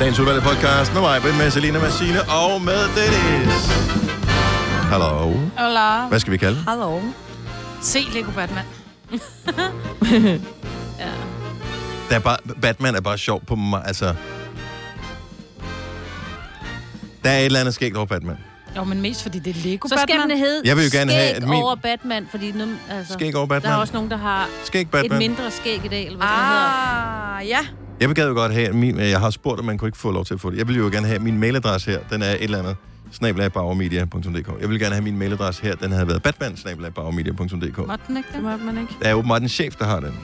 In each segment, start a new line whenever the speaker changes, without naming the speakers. Dagens udvalgte podcast med mig, Britt, med Selina, med Signe og med Dennis. Hallo.
Hola.
Hvad skal vi kalde den?
Hallo.
Se Lego Batman. ja.
Der er bare, Batman er bare sjov på mig, altså... Der er et eller andet skægt over Batman.
Jo, men mest fordi det er Lego
Så
Batman.
skal den hedde
Jeg vil jo gerne have,
skæg
at min-
over Batman, fordi nu, altså,
Skæg over Batman.
der er også nogen, der har
Skæg
et
Batman.
mindre skæg i dag, eller hvad det hedder.
Ah, ja.
Jeg gad jo godt have at min... Jeg har spurgt, om man kunne ikke få lov til at få det. Jeg vil jo gerne have min mailadresse her. Den er et eller andet. Snabelagbauermedia.dk Jeg vil gerne have min mailadresse her. Den havde været batman Der
Måtte den ikke det?
Måtte man ikke?
er åbenbart en chef, der har den.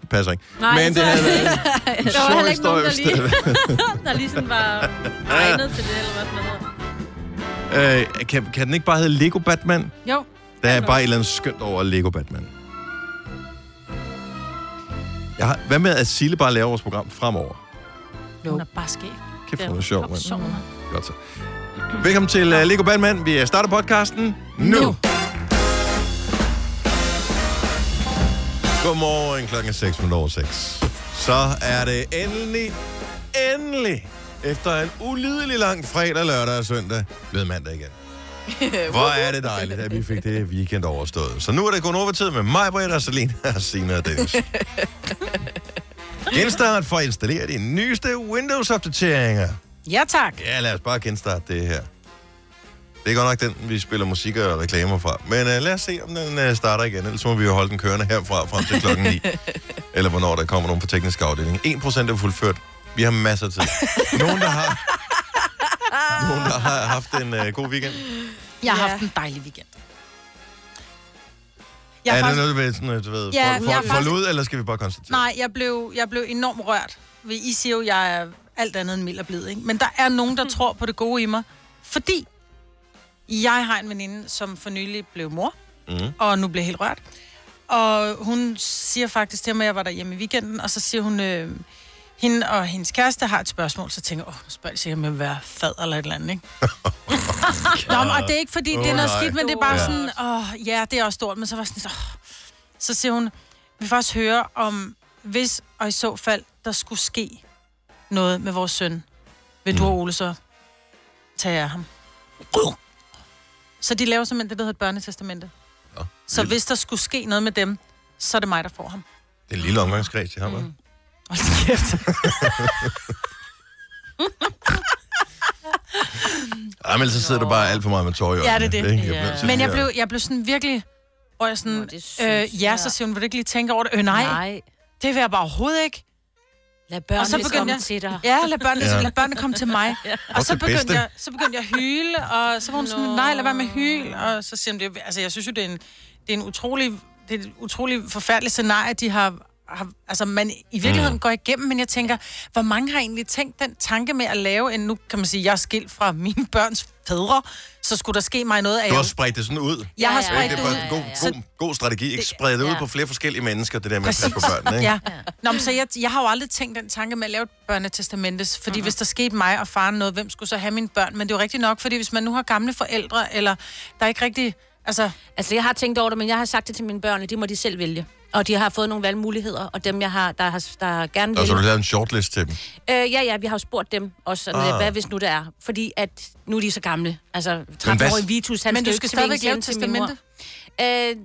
Det passer ikke.
Nej,
Men det havde været
Der
en
var
sjov
heller ikke nogen,
historie,
der
hvis det
lige,
havde været.
der lige sådan var egnet til det, eller hvad det hedder.
Øh, kan, kan den ikke bare hedde Lego Batman?
Jo.
Der er
Hallo.
bare et eller andet skønt over Lego Batman. Jeg har, hvad med, at Sille bare laver vores program fremover?
jo. Hun er bare skæg.
Kæft,
Ja,
hvor er sjovt, mand.
Sjov, hun er.
Godt så. Velkommen til uh, Lego Batman. Vi øh, starter podcasten nu. nu.
Nu.
Godmorgen, klokken er 6 minutter over 6. Så er det endelig, endelig, efter en ulidelig lang fredag, lørdag og søndag, blevet mandag igen. Hvor er det dejligt, at vi fik det weekend overstået. Så nu er det kun overtid med mig, Britt og Selina og Sina og Dennis. Genstart for at installere de nyeste Windows-opdateringer.
Ja, tak.
Ja, lad os bare genstarte det her. Det er godt nok den, vi spiller musik og reklamer fra. Men uh, lad os se, om den uh, starter igen. Ellers må vi jo holde den kørende herfra frem til klokken 9. Eller hvornår der kommer nogen på teknisk afdeling. 1% er fuldført. Vi har masser af tid. Nogen, der har, nogen, der har haft en uh, god weekend.
Jeg har
Ja.
haft en dejlig weekend.
Jeg
har
er
faktisk-
det noget, ved, sådan, øh, du ved,
Ja,
ja, for,
jeg har
for, for
faktisk-
ud, eller skal vi bare konstatere?
Nej, jeg blev, jeg blev enormt rørt. Ved- I siger jo, jeg er alt andet end mild og blid, ikke? Men der er nogen, der tror på det gode i mig, fordi jeg har en veninde, som for nylig blev mor,
Mhm.
mm. og nu bliver helt rørt. Og hun siger faktisk til mig, at jeg var derhjemme i weekenden, og så siger hun, øh, hende og hendes kæreste har et spørgsmål, så tænker jeg, åh, nu spørger jeg sikkert, om jeg vil være fad eller et eller andet, ikke? Nå, men, og det er ikke, fordi det er
Åh,
noget
nej.
skidt, men det er bare
Ja.
sådan, åh, ja, det er også stort, men så var jeg sådan, åh. Så siger hun, vi vil faktisk høre om, hvis og i så fald, der skulle ske noget med vores søn, vil
Mm.
du og Ole så tage af ham? Så de laver simpelthen det, der hedder et børnetestamente.
Nå,
Så
vildt.
hvis der skulle ske noget med dem, så er det mig, der får ham.
Det er en lille omgangskreds, de har med. Mm.
Hold da kæft.
Ej, men ellers så sidder du bare alt for meget med tårer i øjnene.
Ja, det er det.
ikke?
Ja.
bliver nødt til
Men jeg
lige
blev, jeg blev sådan virkelig... Hvor jeg
Nå,
sådan,
det synes
øh, ja,
jeg.
så siger hun, vil du ikke lige tænke over det? Øh, nej, nej,
Nej.
det vil jeg bare overhovedet ikke.
Lad børnene komme jeg... til dig.
Ja, lad børnene,
Ja.
ja. lad børnene komme til mig. ja. Og så
til bedste.
begyndte, jeg, så begyndte jeg at hyle, og så var hun sådan,
Nå.
nej, lad være med at hyle. Og så siger hun, det, er- altså, jeg synes jo, det er en, det er en utrolig, det er et utrolig forfærdeligt scenarie, de har, har altså man i virkeligheden går igennem, men jeg tænker, hvor mange har egentlig tænkt den tanke med at lave en, nu kan man sige, jeg er skilt fra mine børns fædre, så skulle der ske mig noget af,
Du har spredt det sådan ud.
jeg har
Ja,
Ja,
spredt
det er
det ud.
bare en
ja,
god,
ja.
god, god strategi. Ikke sprede det ud
ja.
på flere forskellige mennesker, det der med at passe på børnene. Ikke?
Ja. Nå, men så jeg, jeg har jo aldrig tænkt den tanke med at lave et børnetestamentes, fordi mm-hmm. hvis der skete mig og faren noget, hvem skulle så have mine børn? Men det er jo rigtigt nok, fordi hvis man nu har gamle forældre, eller der er ikke rigtig... Altså,
Altså, jeg har tænkt over det, men jeg har sagt det til mine børn, at de må de selv vælge. Og de har fået nogle valgmuligheder, og dem, jeg har, der, har, der gerne vil.
Og så har du lavet en shortlist til dem.
Øh, ja, ja, vi har jo spurgt dem også, sådan,
Ah.
ah. hvad hvis nu det er. Fordi at nu er de så gamle. Altså,
hvad-
13-årige Vitus, han
men du
jo
skal
ikke
stadigvæk
tvinges
lave
ind
et
til min mor.
testamente.
Øh, det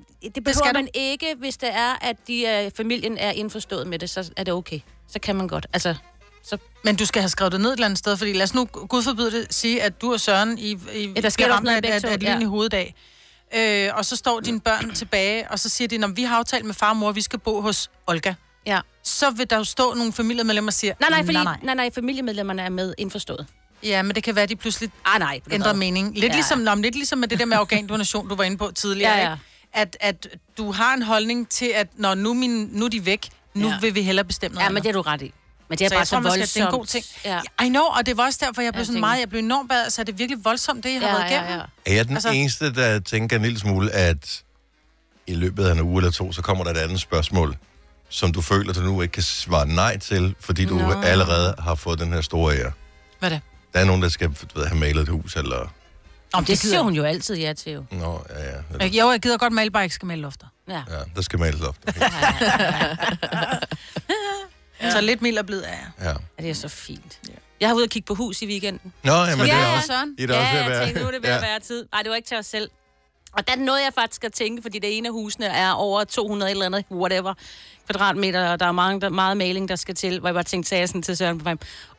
behøver
skal du.
man ikke, hvis det er, at de, øh, familien er indforstået med det, så er det okay. Så kan man godt. Altså, så,
Men du skal have skrevet det ned et eller andet sted, fordi lad os nu, gud forbyde det, sige, at du og Søren i, i
Ja, der sker
bliver
også
ramt
noget
af
i
et-
begge
af
to,
et lyn
ja.
i hoveddag. Øh, og så står dine børn tilbage, og så siger de, at vi har aftalt med far og mor, at vi skal bo hos Olga.
ja.
Så vil der jo stå nogle familiemedlemmer og siger,
Nej, nej, fordi,
nej,
nej, nej. nej, familiemedlemmerne er med indforstået.
Ja, men det kan være, at de pludselig
Ah, nej. ved du
ændrer
hvad.
mening. Lidt, ja.
Ja.
ligesom, nå, men lidt ligesom med det der med organdonation, du var inde på tidligere.
Ja,
Ja,
ja.
ja. Ikke? At, at du har en holdning til, at når nu, er min, nu er de væk, nu
Ja.
ja. vil vi hellere bestemme noget
Ja, men det
andet.
er du ret i. Men det er
så
bare
jeg
så
tror, man skal,
voldsomt.
det er en god ting.
Ja.
I know, og det var også derfor, jeg blev
jeg
sådan
tænker-
meget, jeg blev enormt bad, så er det virkelig voldsomt, det jeg har
Ja,
været igennem.
ja, ja.
Er jeg den altså...
Altså-
eneste, der tænker en lille smule, at i løbet af en uge eller to, så kommer der et andet spørgsmål, som du føler, du nu ikke kan svare nej til, fordi du
Nå.
allerede har fået den her store ære.
Hvad er det?
Der er nogen, der skal du ved, have malet et hus, eller...
Om
Det siger hun jo altid ja til, jo.
Nå, ja, ja. Eller,
Jo, jeg gider godt male, bare ikke skal male lofter.
Ja.
ja der skal males op.
Ja, ja, ja.
Så lidt mild og blid er jeg.
Ja.
Ja, det er så fint. Jeg har ude og kigge på hus i weekenden.
Nå, jamen,
ja,
det er
ja.
også,
Søren.
I er da
ja,
også ved at
jeg
være-
tænkte, nu er det ved at
Ja.
være tid. Nej, det var ikke til os selv. Og der nåede jeg faktisk at tænke, fordi det ene af husene er over 200 et eller andet, whatever, kvadratmeter, og der er mange, der, meget maling, der skal til. Hvor jeg bare tænkte, sagde jeg sådan til Søren på vej, åh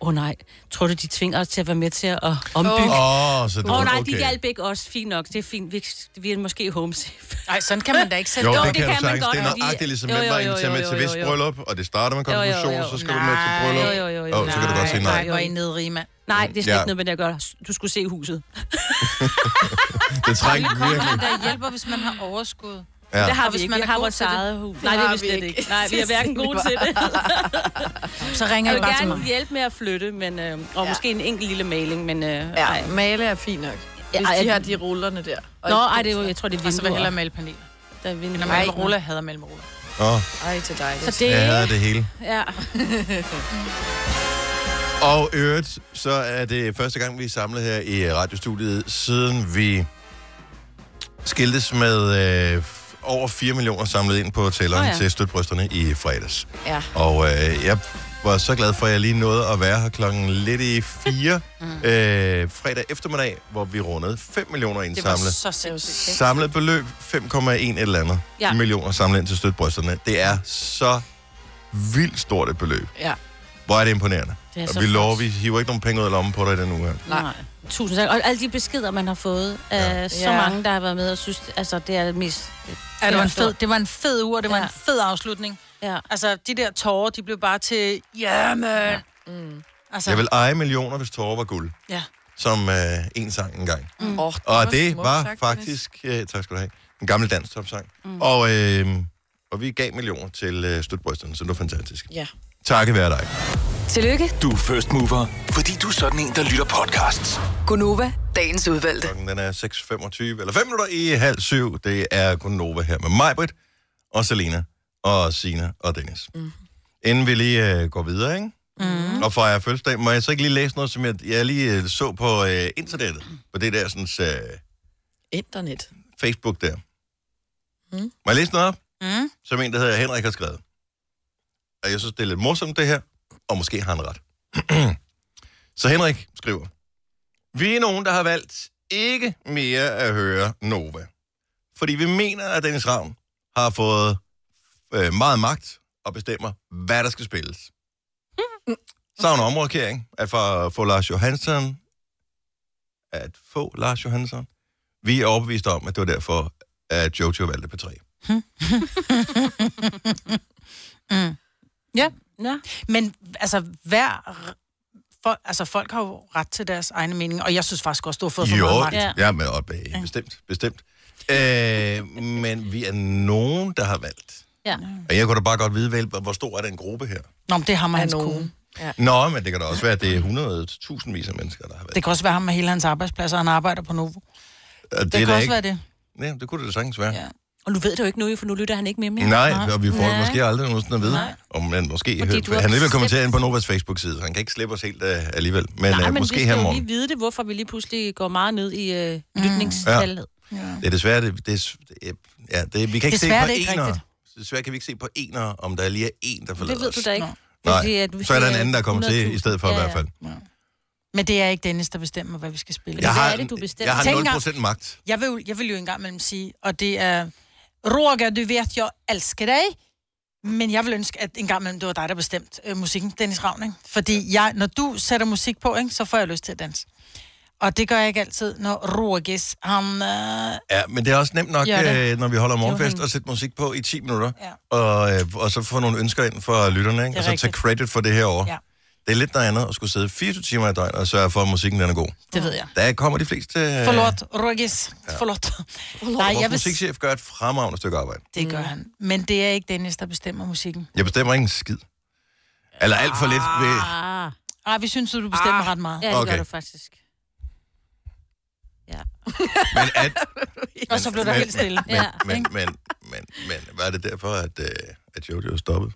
oh, nej, tror du, de tvinger os til at være med til at ombygge? Åh
Åh, oh, så det
oh.
var
oh, nej, de
okay.
hjalp ikke os. Fint nok, det er fint. Vi, vi er måske home safe.
Nej, sådan kan man da ikke sætte
Jo,
det
det,
op.
det kan,
kan
du
man
sagtens.
godt,
Det er
fordi-
nøjagtigt ligesom,
Jo,
hvem
jo,
var
jo,
inviteret
jo,
med
jo,
til
jo,
vist
jo.
bryllup, og det starter med konfirmation,
jo,
så
jo.
skal du med til
Nej.
bryllup.
Jo, jo, jo, jo.
Åh, så kan du godt sige nej.
Nej, hvor er I nedrige, mand.
Nej, det er slet
Ja.
ikke noget med det at gøre. Du skulle se huset.
Det trænger virkelig.
Kommer der hjælper, hvis man har overskud.
Ja.
Det har
Og
vi
hvis
ikke.
man
Man
er
har
god
vores
til det.
eget hus. Nej, det er vi slet ikke. Nej, vi er hverken gode til det.
Så ringer
Jeg
I
vil
bare til
gerne
mig.
hjælpe med at flytte, men, øh, og ja.
Ja.
måske en enkelt lille maling, men... Øh, ja.
Ja, male er fint nok. Hvis
ej,
de
jeg-
har de rullerne der. Og
Nå,
et
ej, det er
pensel.
jo, jeg tror, det er
Og så vil jeg
vinduer.
hellere male paneler.
Der er vinduer.
Eller
Nej,
male ruller, jeg hader male ruller.
Åh,
Ej, til dig.
Så
Så
det,
jeg hader det hele.
ja.
Og i øvrigt, så er det første gang, vi er samlet her i radiostudiet, siden vi skiltes med øh, f- over 4 millioner samlet ind på tælleren
Nå
oh,
ja.
ja. til støtbrysterne i fredags.
Ja.
Og øh, jeg var så glad for, at jeg lige nåede at være her klokken lidt i 4
Mm.
øh, fredag eftermiddag, hvor vi rundede 5 millioner
Det var
indsamlet.
så sindssygt.
Samlet beløb 5,1 et eller andet
Ja.
ja. millioner samlet ind til støtbrysterne. Det er så vildt stort et beløb.
Ja.
Hvor er det imponerende.
Det er så
Og vi
flot.
lover, vi hiver ikke nogen penge ud af lommen på dig i den uge her.
Nej. Tusind tak. Og alle de beskeder, man har fået af ja. så
Ja.
mange, der har været med og synes, altså, det er det mest...
Ja, det var en
stor.
fed, det var en fed uge, og det var
Ja.
en fed afslutning.
Ja.
Altså, de der tårer, de blev bare til, ja, man. Altså,
Jeg vil eje millioner, hvis tårer var guld.
ja.
Som øh, en sang engang.
Mm. Oh,
Og det
smukt
var
sagt,
faktisk, øh, tak skal du have, en gammel dansk topsang. Mm. Og, øh, og vi gav millioner til øh, støtbrysterne, så det var fantastisk.
Ja.
Takket være dig.
Tillykke,
Du er first mover, fordi du er sådan en, der lytter podcasts.
Gunova, dagens udvalgte.
Klokken den er 6.25, eller 5 minutter i halv syv. Det er kun Nova her med Majbrit, og Selena, og Sina og Dennis. Mm. Inden vi lige øh, går videre, ikke? Mm. Og fejrer fødselsdag, må jeg så ikke lige læse noget, som jeg, jeg lige øh, så på øh, internettet? På det der sådan, øh,
Internet.
Facebook der. Mm. Må jeg læse noget op?
Mm.
som en, der hedder Henrik har skrevet. Og jeg synes, det er lidt morsomt det her, og måske har han ret. Så Henrik skriver, Vi er nogen, der har valgt ikke mere at høre Nova, fordi vi mener, at Dennis Ravn har fået øh, meget magt og bestemmer, hvad der skal spilles. Savner omrokering at få- få Lars Johansson at få Lars Johansson. Vi er overbeviste om, at det var derfor, at Jojo valgte på 3. Mm.
Nå.
Men altså, hver... For, altså, folk har jo ret til deres egne meninger, og jeg synes faktisk også, du har fået for meget
Jo,
magt.
ja, men, og, øh, bestemt, bestemt. Øh, men vi er nogen, der har valgt.
Ja.
Og jeg kunne da bare godt vide, vel, hvor- hvor stor er den gruppe her?
Nå, men det er ham og
Er
hans kone.
nogen. Ja.
Nå, men det kan da også være, at det er 100.000 af mennesker, der har valgt.
Det kan også være ham med hele hans arbejdsplads, og han arbejder på Novo. Det,
Og det,
det
er
kan
da
også
ikke...
være det.
Nej, det kunne det da sagtens være.
Ja.
Ja.
Og nu ved du jo ikke nu, for nu lytter han ikke med mere.
Nej, og vi får
Nej.
det måske aldrig nogensinde at vide.
Nej.
Og man måske
Fordi du
hører,
har
han er ved at kommentere
bestemt-
ind på Novas Facebook-side. Han kan ikke slippe os helt uh, alligevel. Men,
Nej,
øh,
men vi
måske
skal
her
jo
morgen.
lige vide det, hvorfor vi lige pludselig går meget ned i øh,
Mm.
lytningstallet.
Det er desværre, det, det, er- det er- ja, det, vi kan ikke
Desværre, det er
se
ikke
på enere.
rigtigt.
Desværre kan vi ikke se på enere, om der lige er en, der forlader
Det ved du
os.
da ikke.
Nå.
Det vil
Nej,
sige, at vi
så er der en
siger
anden, der kommer til i
100.000.
stedet for ja,
Ja,
i
ja.
hvert fald.
Men det er ikke Dennis, der bestemmer, hvad vi skal spille.
Jeg
hvad
har,
er det, du bestemmer?
jeg har
Tænk
0%
engang.
magt.
Jeg vil, jo- jeg vil jo engang mellem sige, og det er, Roger, du ved, jeg elsker dig, men jeg vil ønske, at engang mellem det var dig, der bestemte øh, musikken, Dennis Ravn, ikke? Fordi jeg, når du sætter musik på, ikke, så får jeg lyst til at danse. Og det gør jeg ikke altid, når Rogis, han... Øh,
Ja, men det er også nemt nok,
Ja,
ja,
det-
øh, når vi holder morgenfest,
hende.
at sætte musik på i 10 minutter,
Ja.
og, øh, og så få nogle ønsker ind for lytterne, ikke?
Det er
og så tage
rigtigt.
credit for det her år.
Ja.
Det er lidt noget andet at skulle sidde 24 timer i døgnet og sørge for, at musikken den er god.
det ved jeg.
Der kommer de fleste... Øh,
Forlåt, Rogis. Forlåt. Nej,
Vores
jeg vil,
musikchef gør et fremragende stykke arbejde.
det gør han. Men det er ikke Dennis, der bestemmer musikken.
Jeg bestemmer ikke en skid. Eller alt for lidt. Ved...
Ah,
Ej, vi synes, at du bestemmer ret meget.
ja, det okay.
Okay.
gør du faktisk.
Men at,
Og så blev der
Men-
helt stille.
men,
Ja.
men, men, men, men, var det derfor, at, øh, at Jojo stoppede?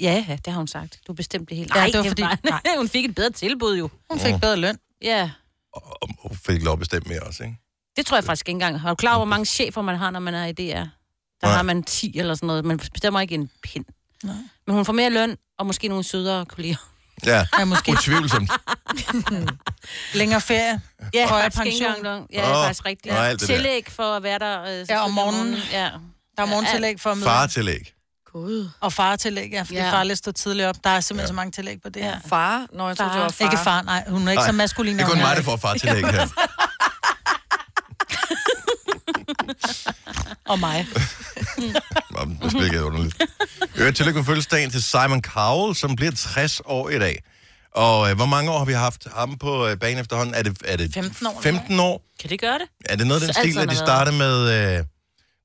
Ja, ja, det har hun sagt. Du bestemte det hele.
Nej, det var fordi-
bare... Nej. hun fik et bedre tilbud jo.
Hun fik bedre løn.
Ja,
Og, og hun fik lov at bestemme mere også, ikke?
det tror jeg faktisk ikke engang. Har du klar over, hvor mange chefer man har, når man er i DR? Der
Nej.
har man 10 eller sådan noget. Man bestemmer ikke en pind. Men hun får mere løn, og måske nogle sødere kolleger.
Ja,
Ja, måske
utvivlsomt.
længere ferie.
Ja,
Højere
faktisk ikke
pension.
engang løn. Ja, det er
Åh,
faktisk rigtigt.
og alt det der.
Tillæg for at være der. Øh,
Ja, om morgenen.
Ja.
Der er morgentillæg for at møde. Far.
Faretillæg.
God.
Og faretillæg, ja, fordi
Ja.
ja. far lige stod tidligere op. Der er simpelthen ja. så mange tillæg på det her.
Far? Nå, jeg troede, det var far.
Ikke far, nej. Hun er ikke
Nej,
så maskulin.
Det er
når
kun
hun
mig, der får faretillæg her.
Og mig.
Nå, men Det spiller ikke underligt. Øh, tillykke med fødselsdagen til Simon Cowell, som bliver 60 år i dag. Og øh, hvor mange år har vi haft ham på øh, banen efterhånden? Er det, er det
15 år, eller
15 år?
Kan det gøre det?
Er det noget af den
Så alt
stil, at
sådan
de
noget.
startede med øh,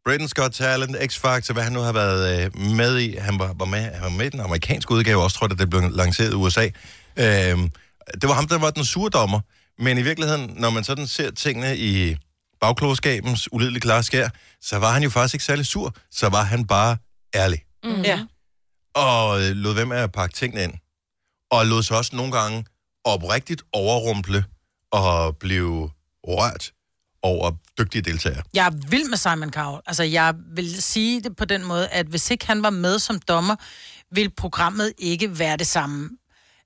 Britain's Got Talent, X-Factor, hvad han nu har været øh, med i? Han var, var, med, han var med i den amerikanske udgave også, tror jeg, da det blev lanceret i USA. Øh, det var ham, der var den sure dommer. Men i virkeligheden, når man sådan ser tingene i bagklogskabens ulidelige klare skær, så var han jo faktisk ikke særlig sur, så var han bare ærlig
Mm.
Ja.
og øh, lod være med at pakke tingene ind. Og lod sig også nogle gange oprigtigt overrumple og blive rørt over dygtige deltagere.
Jeg er vild med Simon Cowell. Altså, jeg vil sige det på den måde, at hvis ikke han var med som dommer, ville programmet ikke være det samme.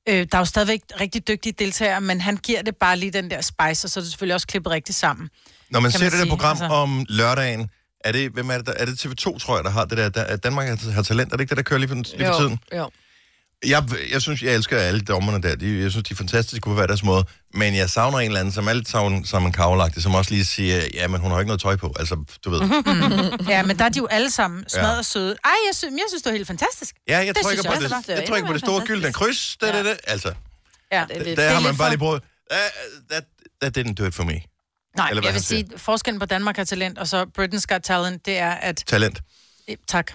Øh, der er jo stadigvæk rigtig dygtige deltagere, men han giver det bare lige den der spice, og så er det selvfølgelig også klippet rigtigt sammen.
Når man
kan
ser
man
det der
sige,
program altså...
altså.
om lørdagen, er det, hvem er det, der, er det TV2, tror jeg, der har det der, der at Danmark har, har talent? Er det ikke det, der kører lige for, lige for tiden?
Jo, jo.
Jeg, jeg synes, jeg elsker alle dommerne der. De, jeg synes, de er fantastiske på hver deres måde. Men jeg savner en eller anden, som er lidt savn, som en kavlagtig, som også lige siger, ja, men hun har ikke noget tøj på. Altså, du
Mm.
ved.
Ja, men der er de jo alle sammen
Ja.
smadret søde. Ej, jeg synes, jeg synes det var helt fantastisk.
Ja, jeg
Det
trykker
synes
på
jeg
det,
også,
det var.
jeg trykker på det store gyldne kryds. Da, da, da. Altså,
Ja.
Det er lidt...
der har
lidt
man bare
for-
lige brugt. That, that, that didn't do it for me.
Nej,
Eller hvad
jeg
han
vil sige, forskellen på Danmark har talent, og så Britain's Got Talent, det er, at...
Talent.
Eh, Tak.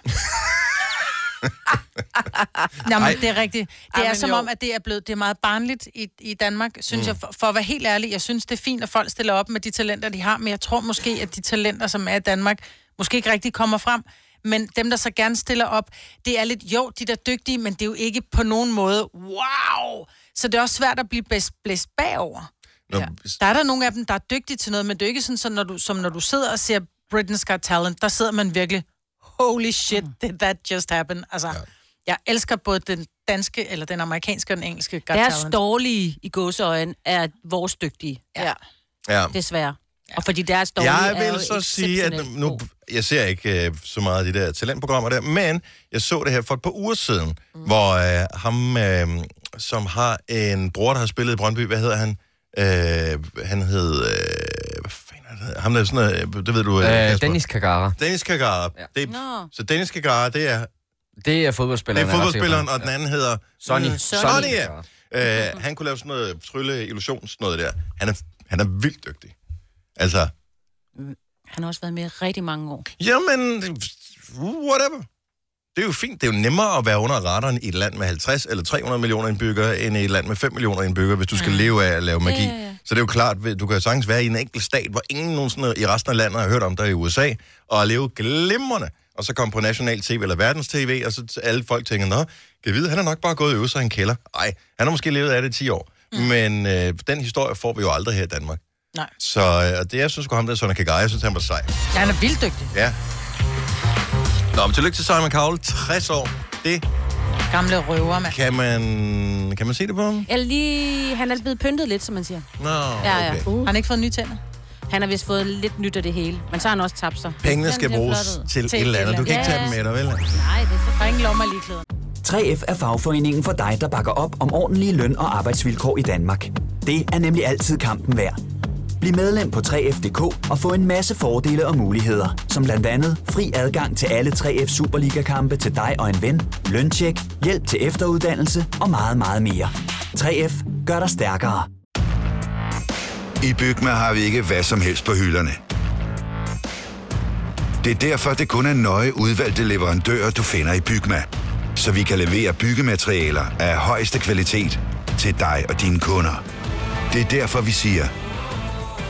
Nej,
Ej.
men det er rigtigt. Det
Ej,
er
men
som
jo.
om, at det er blevet det er meget barnligt i, i Danmark, synes mm. jeg. For, for at være helt ærlig, jeg synes, det er fint, at folk stiller op med de talenter, de har, men jeg tror måske, at de talenter, som er i Danmark, måske ikke rigtig kommer frem. Men dem, der så gerne stiller op, det er lidt, jo, de er da dygtige, men det er jo ikke på nogen måde, wow! Så det er også svært at blive blæst, blæst bagover.
Nå, ja.
Der er der nogle af dem, der er dygtige til noget, men det er jo ikke sådan, så når du, som når du sidder og ser Britain's Got Talent, der sidder man virkelig, holy shit,
Mm.
did that just happen? Altså, ja. jeg elsker både den danske, eller den amerikanske og den engelske Got
Deres
Talent.
dårlige i gåseøjne er vores dygtige,
Ja.
ja.
desværre. Og fordi deres dårlige
Jeg
er jo
vil så sige, at
exceptionelt
nu,
god.
jeg ser ikke øh, så meget af de der talentprogrammer der, men jeg så det her for et par uger siden, mm. hvor øh, ham, øh, som har en bror, der har spillet i Brøndby, hvad hedder han? Øh, han hed, øh, hvad fanden er det? han hed? Ham der er sådan noget, øh, det ved du.
Øh,
Kasper.
Dennis Kagara.
Dennis Kagara. Ja. Det,
Nå.
så Dennis Kagara, det er,
Det er
det
fodboldspilleren.
er
jeg ret sikker på.
fodboldspilleren, og den anden hedder
Sonny.
Mm,
Sonny.
Sonny, ja. Øh, han kunne lave sådan noget trylle, illusions, noget der. Han er, han er vildt dygtig. Altså,
Han har også været med i rigtig mange år.
Jamen, whatever. Det er jo fint. Det er jo nemmere at være under radaren i et land med 50 eller 300 millioner indbyggere, end i et land med 5 millioner indbyggere, hvis du skal leve af at lave magi.
Ja, ja, ja.
Så det er jo klart, at du kan jo sagtens være i en enkelt stat, hvor ingen nogensinde i resten af landet har hørt om dig i USA, og leve glimrende, og så komme på national tv eller verdens tv, og så t- alle folk tænker, nå, kan vide, han er nok bare gået og øvet sig i en kælder. Nej, han har måske levet af det i 10 år. Mm. Men øh, den historie får vi jo aldrig her i Danmark.
Nej.
Så øh, og det, jeg synes sgu ham der, Sonny Kagaya, jeg synes, han var sej.
Ja, han er vildt dygtig.
Ja. Nå, men tillykke til Simon Cowell. 60 år. Det
Gamle røver, mand.
kan man... Kan man se det på ham?
Eller lige, han er blevet pyntet lidt, som man siger. Uh.
Nå,
Ja, ja.
okay.
Har han ikke fået nye tænder?
Han har vist fået lidt nyt af det hele, men så har han også tabt sig.
Pengene skal
Den ser
bruges
flot ud.
til et eller andet. Du kan ikke tage dem med dig, vel?
Nej, det er så
Der er ingen lommer lige klæder.
3F er fagforeningen for dig, der bakker op om ordentlige løn- og arbejdsvilkår i Danmark. Det er nemlig altid kampen værd. Bliv medlem på 3F.dk og få en masse fordele og muligheder, som blandt andet fri adgang til alle 3F Superliga-kampe til dig og en ven, løntjek, hjælp til efteruddannelse og meget, meget mere. 3F gør dig stærkere.
I Bygma har vi ikke hvad som helst på hylderne. Det er derfor, det kun er nøje udvalgte leverandører, du finder i Bygma. Så vi kan levere byggematerialer af højeste kvalitet til dig og dine kunder. Det er derfor, vi siger,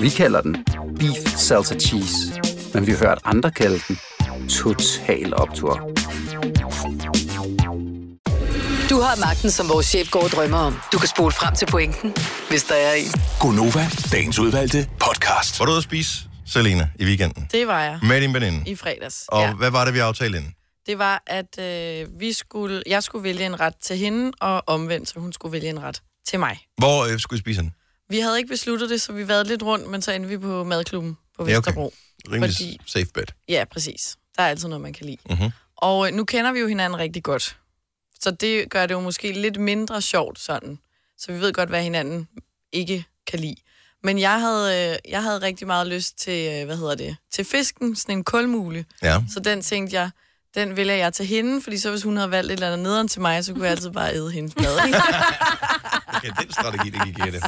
Vi kalder den Beef Salsa Cheese, men vi har hørt andre kalde den Total Optor.
Du har magten, som vores chef går og drømmer om. Du kan spole frem til pointen, hvis der er en.
Gonova, dagens udvalgte podcast. Var du ude at spise, Selena, i weekenden?
Det var jeg.
Med din veninde.
I fredags.
Og ja. hvad var det, vi aftalte inden?
Det var, at øh, vi skulle, jeg skulle vælge en ret til hende, og omvendt, så hun skulle vælge en ret til mig.
Hvor øh, skulle I spise henne?
Vi havde ikke besluttet det, så vi vadede lidt rundt, men så endte vi på madklubben på
Ja,
Vesterbro.
okay. Rimelig
Fordi-
safe bet.
Ja, præcis. Der er altid noget, man kan lide.
Mm-hmm.
Og øh, nu kender vi jo hinanden rigtig godt. Så det gør det jo måske lidt mindre sjovt sådan. Så vi ved godt, hvad hinanden ikke kan lide. Men jeg havde, øh, jeg havde rigtig meget lyst til, øh, hvad hedder det, til fisken, sådan en kulmule.
Ja.
Så den tænkte jeg, den vælger jeg til hende, fordi så hvis hun havde valgt et eller andet nederen til mig, så kunne jeg altid bare æde hendes mad. ikke?
Okay, den strategi, det gik i det.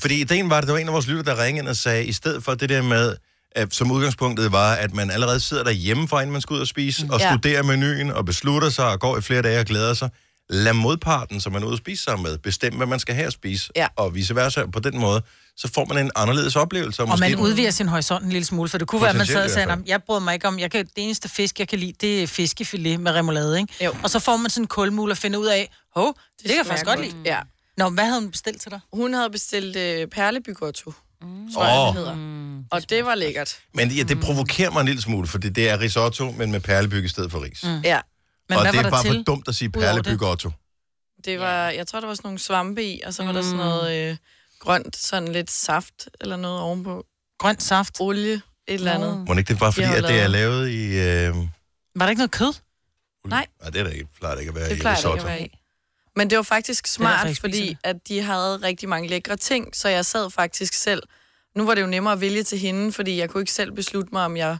Fordi ideen var, at der var en af vores lytter, der ringede ind og sagde, i stedet for det der med, at som udgangspunktet var, at man allerede sidder derhjemme fra, inden man skal ud og spise, og
Ja.
studerer menuen, og beslutter sig, og går i flere dage og glæder sig. Lad modparten, som man er ude at spise sammen med, bestemme, hvad man skal have at spise,
Ja.
og vice versa. På den måde, så får man en anderledes oplevelse.
Og man udvider sin horisont en lille smule, for det kunne være, at man sad og
Potentielt i hvert
sagde,
fald.
"Nå, jeg bryder mig ikke om, jeg kan, det eneste fisk, jeg kan lide, det er fiskefilet med remoulade, ikke? Jo. Og så får man sådan en kulmule og finder ud af, hov, det, det kan jeg faktisk godt lide.
Ja.
Nå, hvad havde hun bestilt til dig?
Hun havde bestilt øh, perlebygotto, mm. tror jeg,
Åh.
det hedder. Mm, og det var lækkert.
Men ja, det provokerer mig en lille smule, fordi det er risotto, men med perlebyg i stedet for ris.
Mm. Ja.
og det er bare for dumt at sige
Udover det?
perlebyg Otto.
Det var, jeg tror, der var sådan nogle svampe i, og så var mm. der sådan noget øh, grønt, sådan lidt saft eller noget ovenpå.
Grønt saft?
Olie, et eller andet.
Må ikke det er bare fordi,
De Mm. har
at det er
lavet-
lavet i... Øh...
Var der ikke noget kød?
Nej,
Nej, det er der ikke, plejer det ikke at være
det
i
plejer det
risotto.
ikke at være i. altså, Men det var faktisk
er derfor,
smart,
jeg ikke spiser
fordi at de havde rigtig mange lækre ting, så jeg sad faktisk selv. Nu var det jo nemmere at vælge til hende, fordi jeg kunne ikke selv beslutte mig, om jeg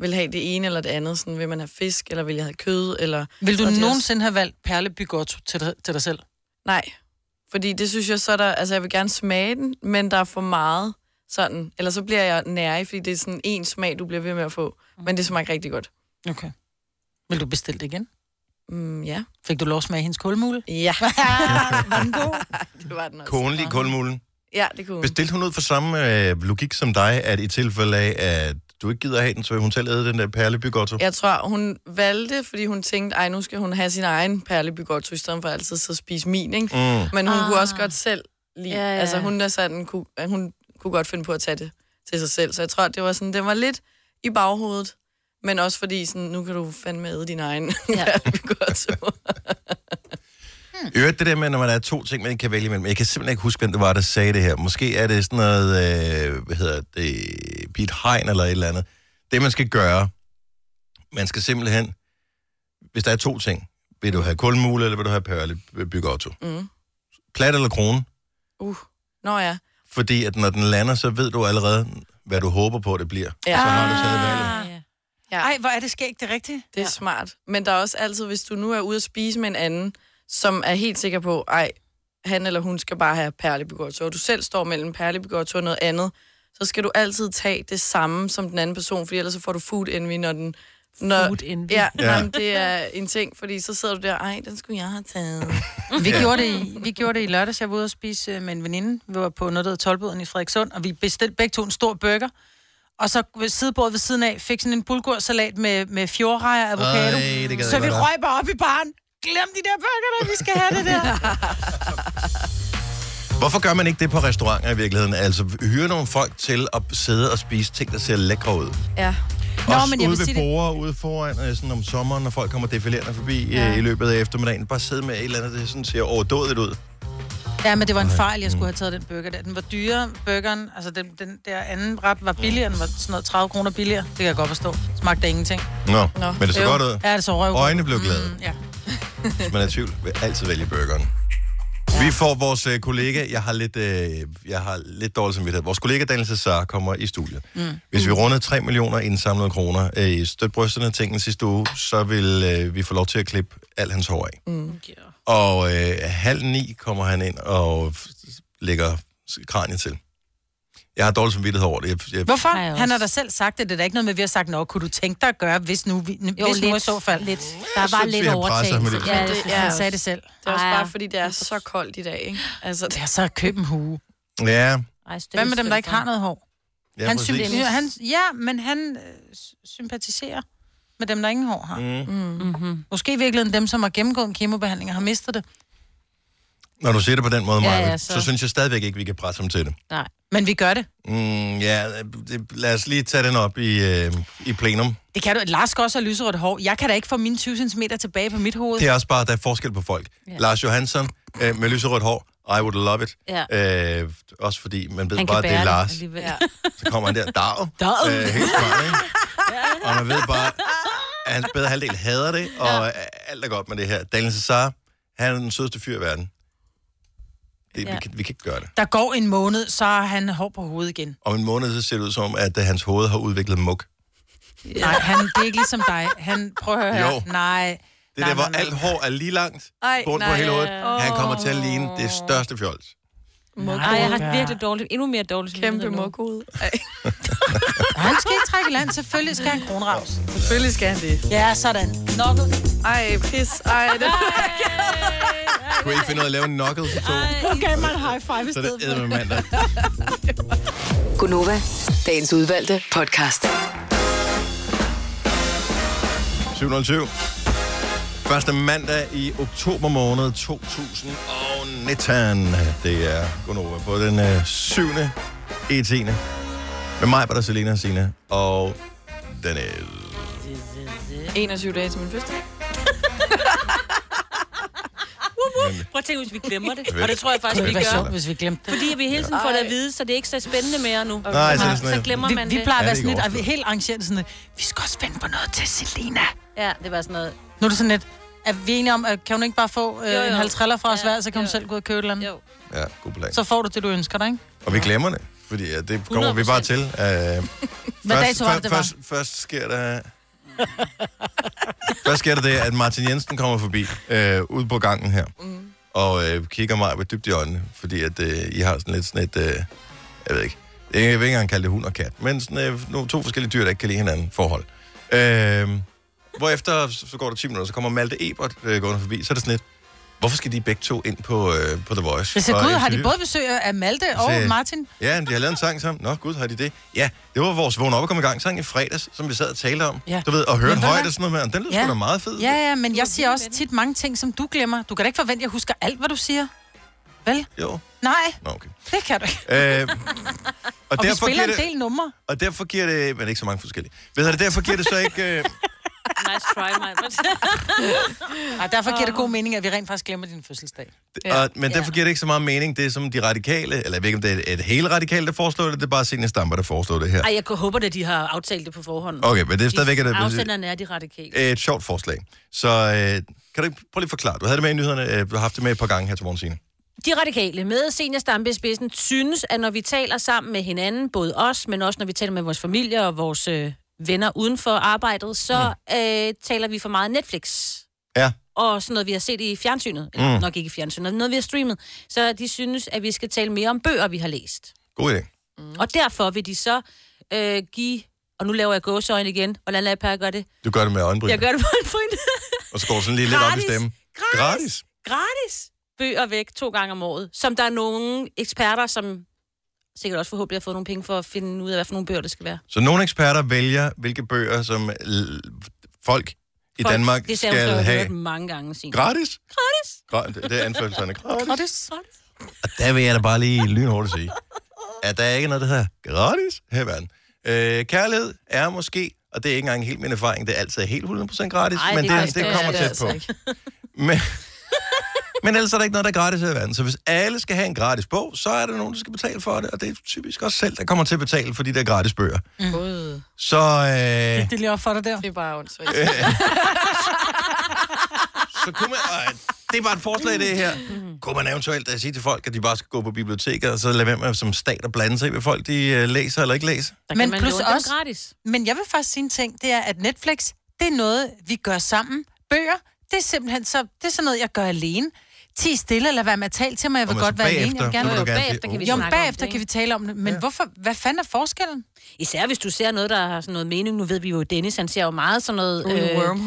vil have det ene eller det andet. Sådan, vil man have fisk, eller vil jeg have kød? Eller...
Vil du
Og det er-
nogensinde have valgt perlebygotto til dig, til dig selv?
Nej, fordi det synes jeg så er der... Altså, jeg vil gerne smage den, men der er for meget sådan. Eller så bliver jeg nærig, fordi det er sådan en smag, du bliver ved med at få. Men det smager rigtig godt.
Okay. Vil du bestille det igen?
Mm, ja.
Fik du lov at smage hendes kulmule?
Ja.
var den god?
det var den også.
Konen lige kulmulen.
Ja, det kunne hun.
Bestilte hun ud for samme øh, logik som dig, at i tilfælde af, at du ikke gider have den, så vil hun selv æde den der perlebygotto?
Jeg tror, hun valgte, fordi hun tænkte, ej, nu skal hun have sin egen perlebygotto, i stedet for altid så at spise min, ikke?
Mm.
Men hun ah. kunne
Ah.
også godt selv lide.
Ja,
Ja,
ja.
ja. Altså, hun, er sådan, kunne, at hun kunne godt finde på at tage det til sig selv. Så jeg tror, det var sådan, den var lidt i baghovedet. Men også fordi, sådan, nu kan du fandme æde din egen ja. perlebygotto.
I øvrigt det der med, når man er to ting, man ikke kan vælge imellem. Jeg kan simpelthen ikke huske, hvem det var, der sagde det her. Måske er det sådan noget, øh, hvad hedder det, Piet Hein eller et eller andet. Det, man skal gøre, man skal simpelthen, hvis der er to ting, vil du have kulmule, eller vil du have perlebygotto?
Mm.
Plat eller krone?
Uh. Nå ja.
Fordi at når den lander, så ved du allerede, hvad du håber på, det bliver.
ja. Så
har du taget valget.
Ja.
Ah. Ej, hvor er det skægt, det er rigtigt.
Det er ja. smart. Men der er også altid, hvis du nu er ude at spise med en anden, som er helt sikker på, ej, han eller hun skal bare have perlebygotto, og du selv står mellem perlebygotto og noget andet, så skal du altid tage det samme som den anden person, for ellers så får du food envy, når den... Når,
Food envy.
Ja,
Ja.
ja. Jamen, det er en ting, fordi så sidder du der, ej, den skulle jeg have taget.
Vi, ja. gjorde det i, vi gjorde det i lørdags. Jeg var ude og spise øh, med en veninde. Vi var på noget, der hed Tolboden i Frederikssund, og vi bestilte begge to en stor burger. Og så ved sidebordet ved siden af fik sådan en bulgursalat med, med fjordrejer og avocado.
Ej, det gad jeg
så vi
godt have.
røg bare op i baren. Glem de der burger, der vi skal have det der.
Hvorfor gør man ikke det på restauranter i virkeligheden? Altså, hyre nogle folk til at sidde og spise ting, der ser lækre ud.
Ja.
Nå, Også men jeg ude ved borgere, ude foran, øh, sådan om sommeren, når folk kommer defilerende forbi ja. i løbet af eftermiddagen. Bare sidde med et eller andet, der sådan ser overdådigt ud.
Ja, men det var en fejl, jeg
Mm.
skulle have taget den burger der. Den var dyrere, burgeren. Altså, den, den der anden ret var billigere. Den var sådan noget 30 kroner billigere. Det kan jeg godt forstå. Smagte af ingenting.
Nå, Nå. men det så
Øv.
godt ud.
Ja, det så røv.
Øjnene blev glade.
Mm, ja.
Man er i tvivl, vil altid vælge burgeren. Ja. Vi får vores øh, kollega, jeg har lidt, øh, jeg har lidt dårlig samvittighed. Vores kollega Daniel Cesar kommer i studiet. Mm. Hvis vi rundede 3 millioner indsamlede kroner øh, i støtbrysterne tingene sidste uge, så vil øh, vi få lov til at klippe alt hans hår af.
Mm.
Og øh, halv ni kommer han ind og f- lægger kraniet til. Jeg har dårlig samvittighed over det. Jeg, jeg,
Hvorfor? Han har da selv sagt det. Det er da ikke noget med, at vi har sagt, Nå, kunne du tænke dig at gøre, hvis nu, vi, jo, hvis nu i
lidt.
så fald.
Lidt.
Der
var lidt
overtagelse.
Ja, det, ja,
han sagde det selv.
Det er også bare, fordi det er så koldt i dag, ikke? Altså,
det er så køb en hue.
Ja,
Hvad med dem, der ikke har noget hår?
ja
han
præcis.
sympatiserer, han, ja, men han øh, s- sympatiserer med dem, der ingen hår har.
Mm.
Mm-hmm. Måske i virkeligheden dem, som har gennemgået en kemobehandling og har mistet det.
Når du siger det på den måde,
Ja,
Maja,
ja,
så...
så-
så synes jeg stadigvæk ikke, vi kan presse ham til det.
Nej. Men vi gør det.
Mm, ja, det, lad os lige tage den op i, øh, i plenum.
Det kan du. Lars skal også have lyserødt hår. Jeg kan da ikke få mine 20 cm tilbage på mit hoved.
Det er også bare, der er forskel på folk.
Ja.
Ja. Lars Johansson øh, med lyserødt hår, I would love it.
Ja.
Øh, også fordi man ved
Han
bare,
kan
at
bære det
det er Lars.
alligevel. Ja.
Så kommer han der, dag.
Dag.
Øh, helt smart, ikke? Og man ved bare, at hans bedre halvdel hader det, og ja. alt er godt med det her. Daniel Cesar, han er den sødeste fyr i verden. Det, ja.
Ja.
vi, kan, vi kan ikke gøre det.
Der går en måned, så har han hår på hovedet igen.
Om en måned, så ser det ud som, at øh, hans hoved har udviklet muk.
Ja. Nej, han, det er ikke ligesom dig. Han, prøv at høre her.
Jo.
Nej.
Det er
nej,
der, hvor
nej, nej.
alt hår er lige langt
Ej,
rundt på
nej.
hele hovedet. Han kommer til at ligne det største fjols.
Nej, jeg har virkelig dårligt, endnu mere dårligt. Kæmpe
mokkud.
Han skal ikke trække i land. Selvfølgelig skal han kronraus.
Selvfølgelig skal han det.
Ja, sådan. Nokket.
Ej, pis. Ej, det
Kunne I ikke finde ud af at lave en knuckle til to?
Nu gav mig en high five i
Så er det
stedet.
eddermame mandag.
Gunova, dagens udvalgte podcast.
720. Første mandag i oktober måned 2019. Det er Gunova på den øh, 7. i 10. Med mig, Bader, Selena og Sina. Og den er...
21 dage til min fødselsdag.
Prøv at tænke, hvis vi glemmer det.
Hvem-
Og det tror jeg faktisk, vi
Hvem-
gør.
hvis vi glemte
Fordi vi hele tiden får det at vide, så det er ikke så spændende mere nu.
så er det sådan noget.
så glemmer
Vi,
man
vi
det.
plejer at
Ja,
være
det er
sådan lidt,
ikke
og vi er helt arrangeret sådan lidt, vi skal også finde på noget til Selina.
Ja, det var sådan noget.
Nu er det sådan lidt, er vi enige om, at kan hun ikke bare få øh,
Jo,
jo,
jo.
jo. en halv triller fra os hver, så kan hun selv gå ud og købe et eller andet?
Jo.
Ja, god plan.
Så får du det, du ønsker dig, ikke?
Og vi glemmer det, fordi ja, det kommer vi bare til. Øh,
Hvad
først-
dato var det, det var?
først, først sker der... først sker der det, at Martin Jensen kommer forbi øh, ude på gangen her, mm. og øh, kigger mig ved dybt i øjnene, fordi at, øh, I har sådan lidt sådan et... Øh, jeg ved ikke. Jeg vil ikke engang kalde det hund og kat, men sådan, øh, nogle, to forskellige dyr, der ikke kan lide hinanden forhold. Øh, hvorefter så så går der 10 minutter, så kommer Malte Ebert øh, gående forbi, så er det sådan lidt, hvorfor skal de begge to ind på, øh, på The Voice?
Hvis jeg
Og
gud, har de
interviewe?
både besøg af Malte
Så
og
sagde jeg,
Martin?
Ja, men de har lavet en sang sammen. Nå, gud, har de det? Ja, det var vores vågen op og kom i gang sang i fredags, som vi sad og talte om.
Ja.
Du ved, og hørte
Men ved du
højt
hvad?
og sådan noget med. Den lyder ja. sgu da meget fed.
Ja, ja, men jeg siger også tit mange ting, som du glemmer. Du kan da ikke forvente, at jeg husker alt, hvad du siger. Vel?
Jo.
Nej,
Nå, okay.
det kan du ikke.
Øh, og,
Og, og vi
derfor
spiller
giver
en
det,
del numre.
og derfor giver det... Men ikke så mange forskellige. Ved du, derfor giver det så ikke... Øh,
Nice try, mig.
Og derfor giver det god mening, at vi rent faktisk glemmer din fødselsdag.
ja. og, men derfor giver det ikke så meget mening. Det er som de radikale... Eller jeg ved ikke, om det er et, et hele radikale, der foreslår det. Det er bare Senior Stamper, der foreslår det her.
Ej, jeg håber, at de har aftalt det på forhånd.
Okay, men det er stadigvæk-
De- Afsenderne er de radikale.
Et sjovt forslag. Så øh, kan du ikke prøve lige at forklare? Du havde det med i nyhederne. Øh, du har haft det med et par gange her til morgen, Signe.
De radikale med senior Stampe i spidsen synes, at når vi taler sammen med hinanden, både os, men også når vi taler med vores familie og vores øh, venner uden for arbejdet, så
Mm.
øh, taler vi for meget Netflix.
Ja.
Og sådan noget, vi har set i fjernsynet. Eller
Mm.
nok ikke i fjernsynet, noget vi har streamet. Så de synes, at vi skal tale mere om bøger, vi har læst.
God idé.
Mm. Og derfor vil de så øh, give... Og nu laver jeg gåseøjne igen. Hvordan lader jeg Per gøre det?
Du gør det med øjenbryn.
Jeg gør det på en point.
Og så går du sådan lige lidt op i
Gratis.
stemmen.
Gratis.
Gratis.
gratis bøger væk to gange om året, som der er nogle eksperter, som sikkert også forhåbentlig har fået nogle penge for at finde ud af, hvad for nogle bøger det skal være.
Så nogle eksperter vælger, hvilke bøger, som l- folk i
Folk-
Danmark
det sagde hun så,
skal
jeg
have.
hørte mange gange sin.
Gratis?
Gratis.
Gra- Det det er anførselserne. Gratis.
Gratis.
Og der vil jeg da bare lige lynhurtigt sige, at der er ikke noget, der hedder gratis her i verden. Øh, kærlighed er måske, og det er ikke engang helt min erfaring, det er altid helt 100% gratis,
Ej,
men
det
det,
er
det, det
det
kommer
er det
tæt
altså
på.
ikke.
Men, men ellers er der ikke noget, der er gratis her i verden. Så hvis alle skal have en gratis bog, så er der nogen, der skal betale for det, og det er typisk også selv, der kommer til at betale for de der gratis bøger.
Mm.
Så, øh,
Det, det lige op for dig der.
Det er bare ondt.
så kunne man... Øh, det er bare et forslag, det her. Kunne man eventuelt øh, sige til folk, at de bare skal gå på biblioteket, og så lade være med som stat at blande sig i, hvad folk de øh, læser eller ikke læser?
Men plus
låne dem
også,
gratis.
men jeg vil faktisk sige en ting, det er, at Netflix, det er noget, vi gør sammen. Bøger, det er simpelthen så, det er sådan noget, jeg gør alene. ti stille, eller hvad med at tale til mig, jeg vil
Og men
godt
så
være alene. Jeg vil
bagefter, så
gerne
vil du gerne sige,
bagefter kan vi
jo, men
snakke om
bagefter
det,
kan vi tale om det, men hvorfor, hvad fanden er forskellen?
Især hvis du ser noget, der har sådan noget mening. Nu ved vi jo, at Dennis, han ser jo meget sådan noget...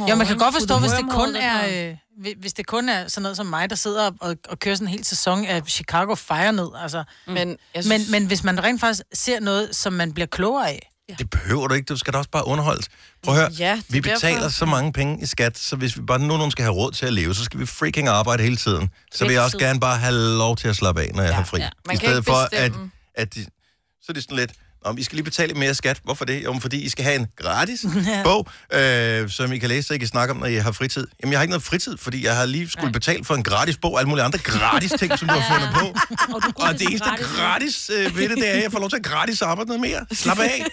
jo, man Øh, kan godt forstå,
Through
hvis
the
det kun
wormhole,
er...
den
Øh, hvi- hvis det kun er sådan noget som mig, der sidder og, og kører sådan en hel sæson af Chicago Fire ned, altså.
Men,
synes... men, men hvis man rent faktisk ser noget, som man bliver klogere af,
Det behøver du ikke. Du skal da også bare underholdes. Prøv at høre,
Ja, det er
vi betaler
derfor.
så mange penge i skat, så hvis vi bare nu nogen skal have råd til at leve, så skal vi freaking arbejde hele tiden. Så vil jeg også
Altid.
gerne bare have lov til at slappe af, når jeg har fri.
ja. Man
I
kan
stedet
ikke
for, at,
bestemme.
at de, så er det sådan lidt, om I skal lige betale lidt mere skat. Hvorfor det? Jo, men fordi I skal have en gratis bog, øh, som I kan læse, så I kan snakke om, når I har fritid. Jamen, jeg har ikke noget fritid, fordi jeg har lige skulle betale for en gratis bog, og alle mulige andre gratis ting, som du har fundet på.
Og, du
Og det eneste gratis øh, ved det, det er, at jeg får lov til at gratis arbejde noget mere. Slap af.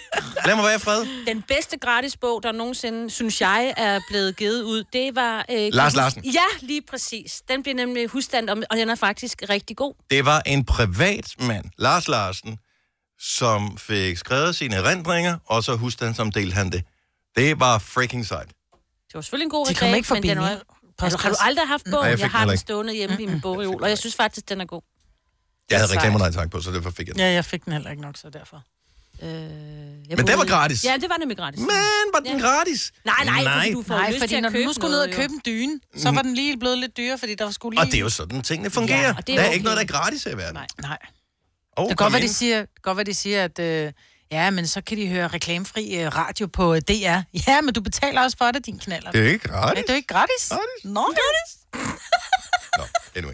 Lad mig være i fred.
øh,
Den bedste gratis bog, der nogensinde, synes jeg, er blevet givet ud, det var... Øh,
Lars Larsen.
Ja, lige præcis. Den bliver nemlig husstand, om, og den er faktisk rigtig god.
Det var en privatmand, Lars Larsen, som fik skrevet sine erindringer, og så husstandsomdelte han det. Det var freaking sejt.
Det var selvfølgelig en god
De
reklame,
kom ikke forbi
men den
min
var... Altså, har du
postkasse.
aldrig haft
Nej,
bogen?
jeg
jeg,
fik den
har
heller
den
ikke.
stående hjemme i min bogreol, og jeg synes faktisk, den er god.
Jeg havde
Sejt.
reklamer nej tak på, så derfor fik jeg den.
ja, jeg fik den heller ikke nok, så derfor.
Øh, jeg
den
boede
var
i-
gratis.
Ja, det var nemlig gratis.
Men var den gratis?
Nej, nej,
Nej.
fordi du får
Nej,
lyst
fordi
til at
når du
købe
nu skulle ned og
noget, jo.
købe en dyne, så var den lige blevet lidt dyrere, fordi der var skulle lige...
Og det er jo sådan, tingene fungerer.
Ja, og det er
der er
jo
ikke noget, der
okay.
er gratis her i verden.
Nej.
Nej.
Oh,
Det kan godt være, de siger, det kan godt være, de siger at øh, ja, men så kan de høre reklamefri øh, radio på øh, DR. Ja, men du betaler også for det, din knaller.
Det er ikke
Ja,
gratis.
det er jo ikke gratis. gratis. Nå, gratis.
Anyway.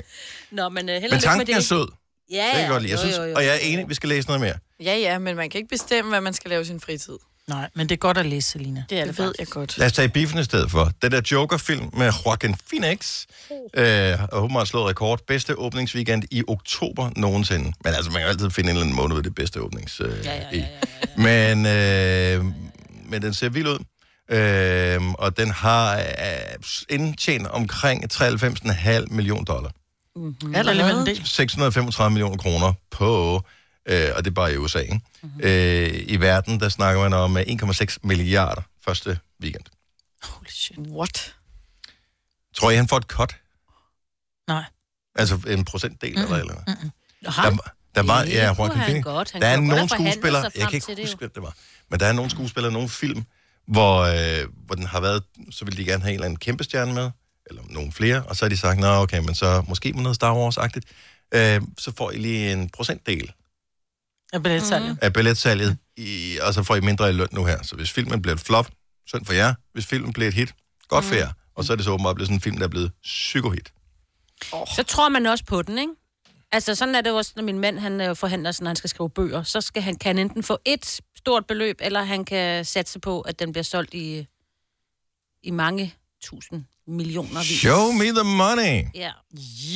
Nå, men uh, heller ikke
Men
med
tanken
det.
er sød.
Ja,
Det kan jeg godt lide. Jeg
jo,
synes,
jo, jo.
og jeg er enig, vi skal læse noget mere.
Ja, ja, men man kan ikke bestemme, hvad man skal lave i sin fritid.
Nej, men det er godt at læse, Selina.
Det, er det ved jeg godt.
Lad os tage i biffen i stedet for. Den der Joker-film med Joaquin Phoenix øh, har åbenbart slået rekord. Bedste åbningsweekend i oktober nogensinde. Men altså, man kan jo altid finde en eller anden måned ved det bedste åbnings. Øh, ja, ja, ja, ja, ja. Men, øh, men den ser vild ud. Øh, og den har øh, indtjent omkring 93,5 millioner dollar.
Mm-hmm. Allerede. en del.
635 millioner kroner på, øh, og det er bare i USA, ikke? Mm-hmm. Øh, I verden, der snakker man om øh, 1,6 milliarder første weekend.
Holy shit.
What?
Tror I, han får et cut?
Nej.
Altså en procentdel mm-hmm. eller eller andet?
Har han?
Der, der var,
Det
ja,
kunne
Joaquin
han
Phoenix.
godt. Han
Der er
kunne godt
nogle
have forhandlet sig
skuespillere,
frem
jeg kan ikke
til det,
huske, hvem det var, men der er nogle skuespillere, nogle film, hvor, øh, hvor den har været, så ville de gerne have en eller anden kæmpe stjerne med, eller nogle flere, og så har de sagt, nå okay, men så måske med noget Star Wars-agtigt, øh, så får I lige en procentdel
Jeg bliver lidt mm.
af billetsalget, i, og så får I mindre i løn nu her. Så hvis filmen bliver et flop, synd for jer. Hvis filmen bliver et hit, godt
Mm.
for jer. Og så er det så åbenbart blevet sådan en film, der er blevet psykohit.
Så tror man også på den, ikke? Altså, sådan er det jo også, når min mand han øh, forhandler, sådan, når han skal skrive bøger. Så skal han, kan han enten få et stort beløb, eller han kan satse på, at den bliver solgt i, i mange tusind Mm-hmm. millioner vis.
Show me the money!
Ja,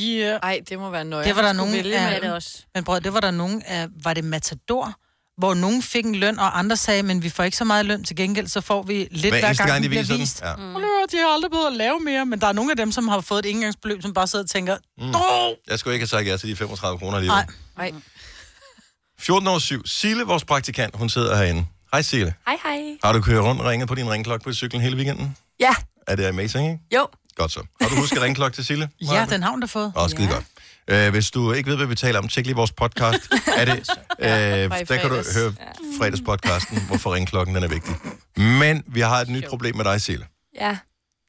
Yeah.
Ej, det må være nøje.
Det var der
at skulle
nogen
vælge
af-
med
det er det også.
Men bror, det var der nogen af, var det Matador, hvor nogen fik en løn, og andre sagde, men vi får ikke så meget løn, til gengæld så får vi lidt
Hver
hver,
eneste
gang,
gang,
gang
de
det bliver
viser den.
vist.
Ja.
Ja. Mm. De har aldrig blevet at lave mere, men der er nogle af dem, som har fået et engangsbeløb, som bare sidder og tænker, mm.
Jeg skulle ikke have sagt ja til de 35 kroner lige.
nej,
14 år 7. Sille, vores praktikant, hun sidder herinde. Hej Sille.
Hej, hej.
Har du kørt rundt og ringet på din ringklokke på cyklen hele weekenden?
Ja,
Er det amazing, ikke?
jo.
Godt så. Har du husket ringklokke til Sille?
ja, den har hun da fået.
Åh, skide godt. Øh, hvis du ikke ved, hvad vi taler om, tjek lige vores podcast. er det,
fra i
øh, der kan du
fredags.
høre fredagspodcasten, hvorfor ringklokken den er vigtig. Men vi har et nyt problem med dig, Sille.
Ja,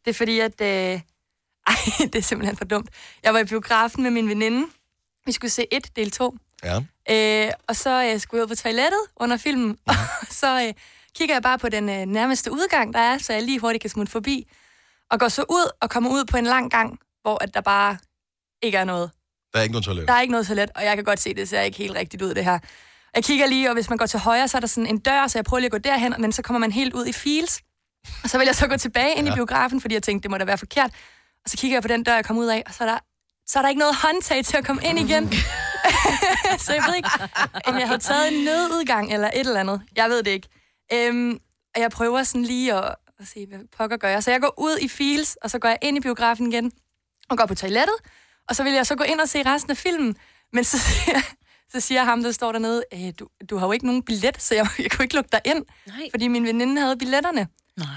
det er fordi, at... Øh... Ej, det er simpelthen for dumt. Jeg var i biografen med min veninde. Vi skulle se 1, del 2.
Ja.
Øh, og så øh, skulle jeg ud på toilettet under filmen, og så øh, kigger jeg bare på den øh, nærmeste udgang, der er, så jeg lige hurtigt kan smutte forbi, og går så ud og kommer ud på en lang gang, hvor at der bare ikke er noget.
Der er ikke nogen toilet.
Der er ikke noget toilet, og jeg kan godt se, det ser ikke helt rigtigt ud, det her. Jeg kigger lige, og hvis man går til højre, så er der sådan en dør, så jeg prøver lige at gå derhen, men så kommer man helt ud i files. Og så vil jeg så gå tilbage ind ja.
Ja.
i biografen, fordi jeg tænkte, det må da være forkert. Og så kigger jeg på den dør, jeg kom ud af, og så er der, så er der ikke noget håndtag til at komme ind igen. så jeg ved ikke, om jeg havde taget en nødudgang eller et eller andet. Jeg ved det ikke. Øhm, og jeg prøver sådan lige at, at se, hvad pokker gør jeg. Så jeg går ud i files, og så går jeg ind i biografen igen, og går på toilettet, og så vil jeg så gå ind og se resten af filmen. Men så siger, så siger ham, der står dernede, "Øh, du, du har jo ikke nogen billet, så jeg, jeg kunne ikke lukke dig ind,
Nej.
fordi min veninde havde billetterne.
Nej.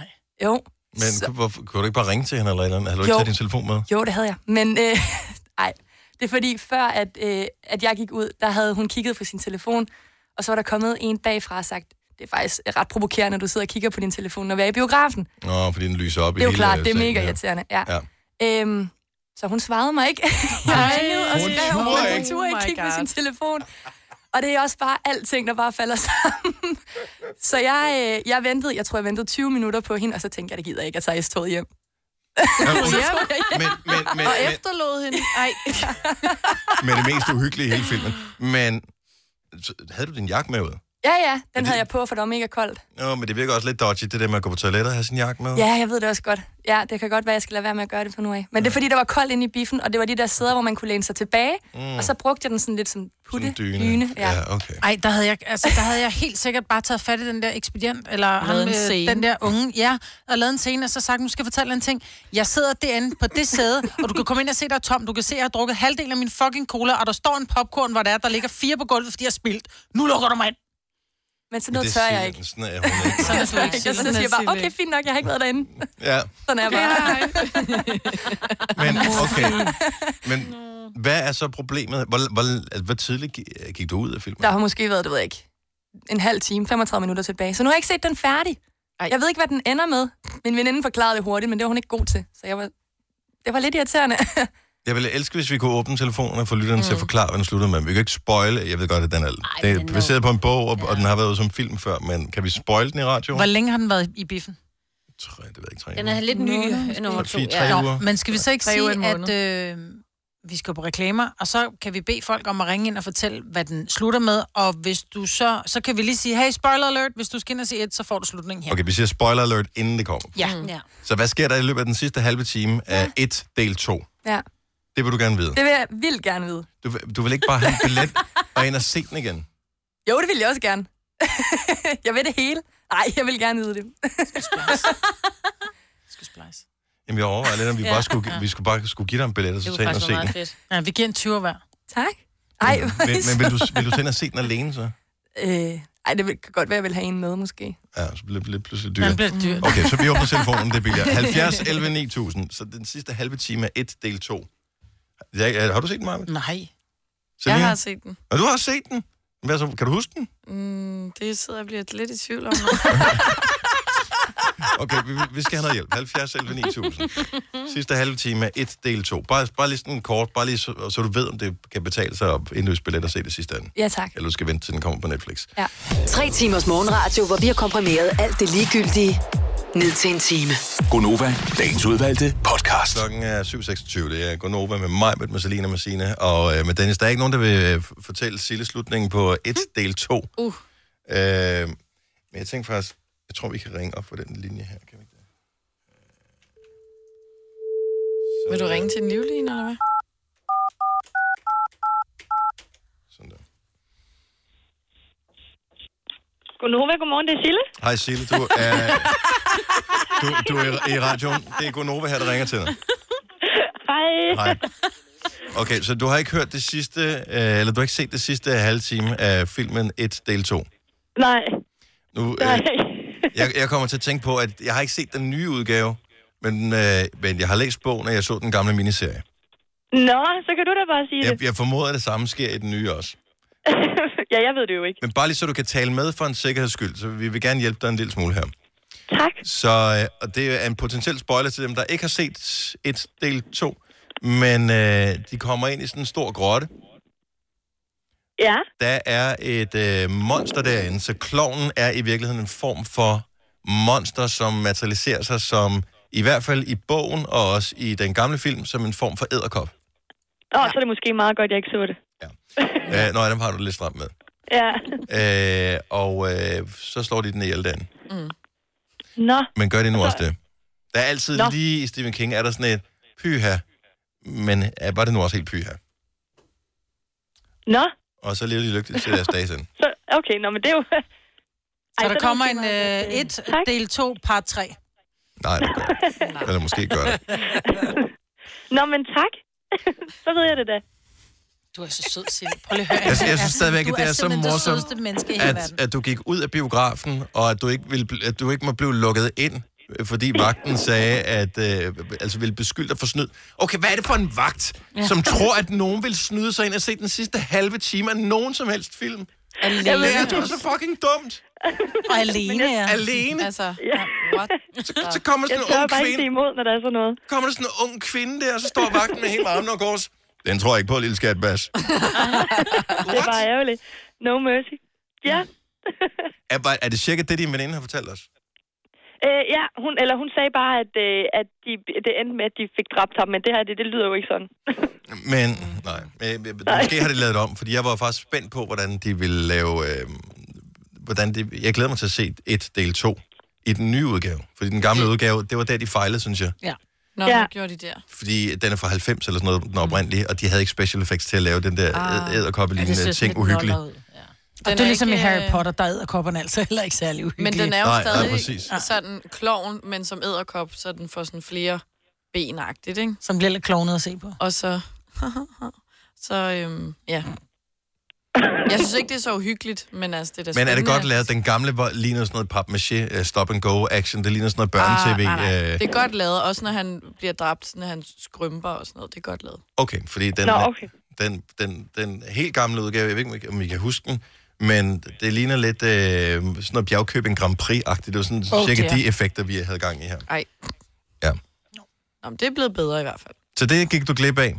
Jo,
Men kunne, hvorfor, kunne du ikke bare ringe til hende eller et eller andet? Har du
Jo.
ikke taget din telefon med?
jo, det havde jeg. Men øh, ej, Det er fordi, før at, øh, at jeg gik ud, der havde hun kigget på sin telefon, og så var der kommet en bagfra og sagt, det er faktisk ret provokerende, at du sidder og kigger på din telefon, når vi er i biografen.
Nå, fordi den lyser op
Det er
i
jo
hele
klart, det er
sengen,
mega irriterende. Ja.
Ja.
Øhm, så hun svarede mig ikke. Jeg ringede og
Hun
skrev,
turde
hun
ikke.
turde ikke
Oh my
kigge på
God.
sin telefon. Og det er også bare alting, der bare falder sammen. Så jeg, øh, jeg ventede, jeg tror, jeg ventede 20 minutter på hende, og så tænkte jeg, det gider jeg ikke, at tage S-toget hjem.
Men, men, men,
og
men,
efterlod hende. Ej.
men det mest uhyggelige i hele filmen. Men så havde du din jakke med ud?
Ja, ja, den havde jeg på, for det var mega koldt.
Nå, men det virker også lidt dodgy, det der med at gå på toilettet og have sin jakke med.
Ja, jeg ved det også godt. Ja, det kan godt være, jeg skal lade være med at gøre det på nu af. Men det er fordi, der var koldt inde i biffen, og det var de der sæder, hvor man kunne læne sig tilbage.
Mm.
Mm. Og så brugte jeg den sådan lidt som putte.
Sådan en dyne.
dyne, ja.
ja, okay.
Ej, der havde, jeg, altså, der havde jeg helt sikkert bare taget fat i den der ekspedient, eller ham,
Lavet en
øh,
scene.
den der unge, ja, og lavet en scene, og så sagt, nu skal jeg fortælle dig en ting. Jeg sidder derinde på det sæde, og du kan komme ind og se, der er tom. Du kan se, jeg har drukket halvdelen af min fucking cola, og der står en popcorn, hvor der er, der ligger fire på gulvet, fordi jeg har spildt. Nu lukker du mig ind.
Men så
Men
noget
det
tør
siger-
jeg ikke.
Sådan er hun ikke.
Sådan er du
Jeg
ikke.
så siger jeg bare, okay, fint nok, jeg har ikke været derinde.
Ja,
Sådan er jeg bare.
men okay. Men hvad er så problemet? Hvor, hvor, altså, hvor tidligt gi- gik du ud af filmen?
Der har måske været, det ved jeg ikke, en halv time, 35 minutter tilbage. Så nu har jeg ikke set den færdig. Jeg ved ikke, hvad den ender med. Min veninde forklarede det hurtigt, men det var hun ikke god til. Så jeg var, det var lidt irriterende.
Jeg ville elske, hvis vi kunne åbne telefonen og få lytterne mm. til at forklare, hvad den slutter med. Men vi kan ikke spoile. Jeg ved godt, at den er, Ej, det er baseret på en bog, og, ja. og den har været ude som film før. Men kan vi spoile den i radioen?
Hvor længe har den været i biffen?
Tre, det ved jeg ikke. Tre
Den er lidt ny, nummer to.
Fire, tre
ja.
uger.
Men skal vi så ikke
Tre uger i en
sige, at øh, vi skal på reklamer, og så kan vi bede folk om at ringe ind og fortælle, hvad den slutter med, og hvis du så, så kan vi lige sige, hey, spoiler alert, hvis du skal ind og se et, så får du slutningen her.
Okay, vi siger spoiler alert, inden det kommer.
Ja.
Mm.
ja.
Så hvad sker der i løbet af den sidste halve time af 1 del 2?
Ja,
Det vil du gerne vide.
det vil jeg vildt gerne vide.
Du, vil- du vil ikke bare have en billet og ind og se den igen.
Jo, det vil jeg også gerne. jeg vil det hele. Nej, jeg vil gerne vide det.
Jamen, jeg overvejer lidt, om vi,
Ja.
bare skulle, vi skulle bare skulle give dig en billet, og så tage ind og se den.
fedt.
Ja, vi giver en 20 hver.
tak. Ej, hvor er
Men,
I
men vil, du,
søde.
vil du tage ind og se den alene, så?
Øh, ej, det vil- kan godt være, jeg vil have en med, måske.
Ja, så bliver det lidt pludselig
Den
dyrt.
bliver det dyrt.
Okay, så vi åbner telefonen, det bliver 70 11 9000. Så den sidste halve time er 1 del 2. Ja, har du set den, Marvind?
Nej.
Jeg har set den.
Og du har set den? Hvad så, kan du huske den?
Mm, det sidder jeg og bliver lidt i tvivl om. nu.
Okay, vi, vi skal have noget hjælp. 70 11 9000. Sidste halve time er 1 del 2. Bare, bare lige sådan kort, bare lige så, så du ved, om det kan betale sig at indløse billet og se det sidste ende.
Ja, tak.
Eller du skal vente, til den kommer på Netflix.
Ja.
Tre timers morgenradio, hvor vi har komprimeret alt det ligegyldige ned til en time.
Gonova, dagens udvalgte podcast.
Klokken er 7.26. Det er Gonova med mig, med Marcelina, med Signe og øh, med Dennis. Der er ikke nogen, der vil øh, f- fortælle Sille slutningen på 1 del 2.
Uh.
Øh, men jeg tænker faktisk, jeg tror, vi kan ringe op på den linje her. Kan vi ikke det?
Vil du ringe til en livlin, eller hvad?
Gunova, godmorgen, det er Sille.
Hej Sille, du er, du, du er i- i radioen. Det er Gonova her, der ringer til dig.
Hej.
Hej. Okay, så du har ikke hørt det sidste, øh, eller du har ikke set det sidste halve time af filmen 1 del 2.
Nej,
Nu,
nej.
øh, jeg, jeg kommer til at tænke på, at jeg har ikke set den nye udgave, men, øh, men jeg har læst bogen, og jeg så den gamle miniserie.
Nå, så kan du da bare sige
Jeg,
det.
jeg formoder, at det samme sker i den nye også.
ja, jeg ved det jo ikke.
Men bare lige så du kan tale med for en sikkerheds skyld, så vi vil gerne hjælpe dig en lille smule her.
Tak.
Så øh, og det er en potentiel spoiler til dem, der ikke har set et del 2, men øh, de kommer ind i sådan en stor grotte.
Ja,
Der er et øh, monster derinde, så kloven er i virkeligheden en form for monster, som materialiserer sig som, i hvert fald i bogen og også i den gamle film, som en form for æderkop.
Åh, så er det måske meget godt, jeg ikke så det.
Ja. Øh, nej, dem har du lidt stramt med.
Ja.
Øh, og øh, så slår de den ihjel den.
Nå,
Men gør det nu også det? Der er altid
Nå.
Nå. lige i Stephen King, er der sådan et pyha, men øh, var det nu også helt pyha?
nå.
Og så lever de lykkeligt til deres dage siden.
Så, okay, nå, men det er jo...
Så
Ej,
der
det
kommer
måske
en
meget
øh,
godt, øh.
et del 2, part 3.
Nej, det gør det. Eller måske gør det.
Nå, men tak. så ved jeg det da.
Du er så sød, Sille. Prøv lige at høre.
Jeg, jeg synes stadigvæk,
Altså, Du
at
simpelthen det
det er så morsomt,
sødeste menneske i hele
at,
verden.
at du gik ud af biografen, og at du ikke, ville, bl- at du ikke må blive lukket ind øh, fordi vagten sagde, at øh, altså ville beskylde dig for snyd. Okay, hvad er det for en vagt,
Ja.
som tror, at nogen vil snyde sig ind og se den sidste halve time af nogen som helst film?
Alene.
Det er sgu så fucking dumt.
Og alene, ja.
Alene.
Altså,
ja.
what?
Så, så kommer sådan
jeg
en
tør
ung
bare ikke
kvinde.
se imod, når der er sådan noget.
Kommer der sådan en ung kvinde der, og så står vagten med hele armen og går s- Den tror jeg ikke på, lille skatbas.
Det er bare ærgerligt. No mercy. Ja.
Er, bare- er det cirka det, din veninde har fortalt os?
Øh, ja, hun, eller hun sagde bare, at, øh, at de, det endte med, at de fik dræbt ham, men det her, det, det lyder jo ikke sådan.
Men, nej. Men, men, måske har de lavet det om, fordi jeg var faktisk spændt på, hvordan de ville lave... Øh, hvordan de, jeg glæder mig til at se et del 2 i den nye udgave. Fordi den gamle udgave, det var der, de fejlede, synes jeg.
Ja.
Nå,
Ja.
ja. gjorde de der?
Fordi den er fra 90 eller sådan noget, den oprindelige, og de havde ikke special effects til at lave den der
Mm. Ah.
Ja, det
æderkoppelignende
ser
ja,
sådan
ting
lidt
uhyggelig.
noller Og det er ligesom i Harry Potter, der æder kopperne altså heller ikke særlig
Men
uhyggelige.
den er jo
Nej, nej,
stadig
præcis.
sådan kloven, men som æderkop, så den får sådan flere benagtigt, ikke?
Som bliver lidt klovnet at se på.
Og så... så, øhm, ja. Jeg synes ikke, det er så uhyggeligt, men altså, det er da
Men er det
spændende.
godt lavet? Den gamle var, ligner sådan noget papmaché, uh, stop and go action. Det ligner sådan noget børne-tv.
Ah, nej, nej.
øh,
Det er godt lavet, også når han bliver dræbt, når han skrømper og sådan noget. Det er godt lavet.
Okay, fordi den,
Nå,
er-
okay.
den, den, den helt gamle udgave, jeg ved ikke, om I- om I kan huske den, men det ligner lidt øh, sådan noget bjergkøbing Grand Prix-agtigt. Det var sådan
Oh
oh, cirka
dear.
de effekter, vi havde gang i her.
Ej.
Ja.
Nå, men det er blevet bedre i hvert fald.
Så det gik du glip af.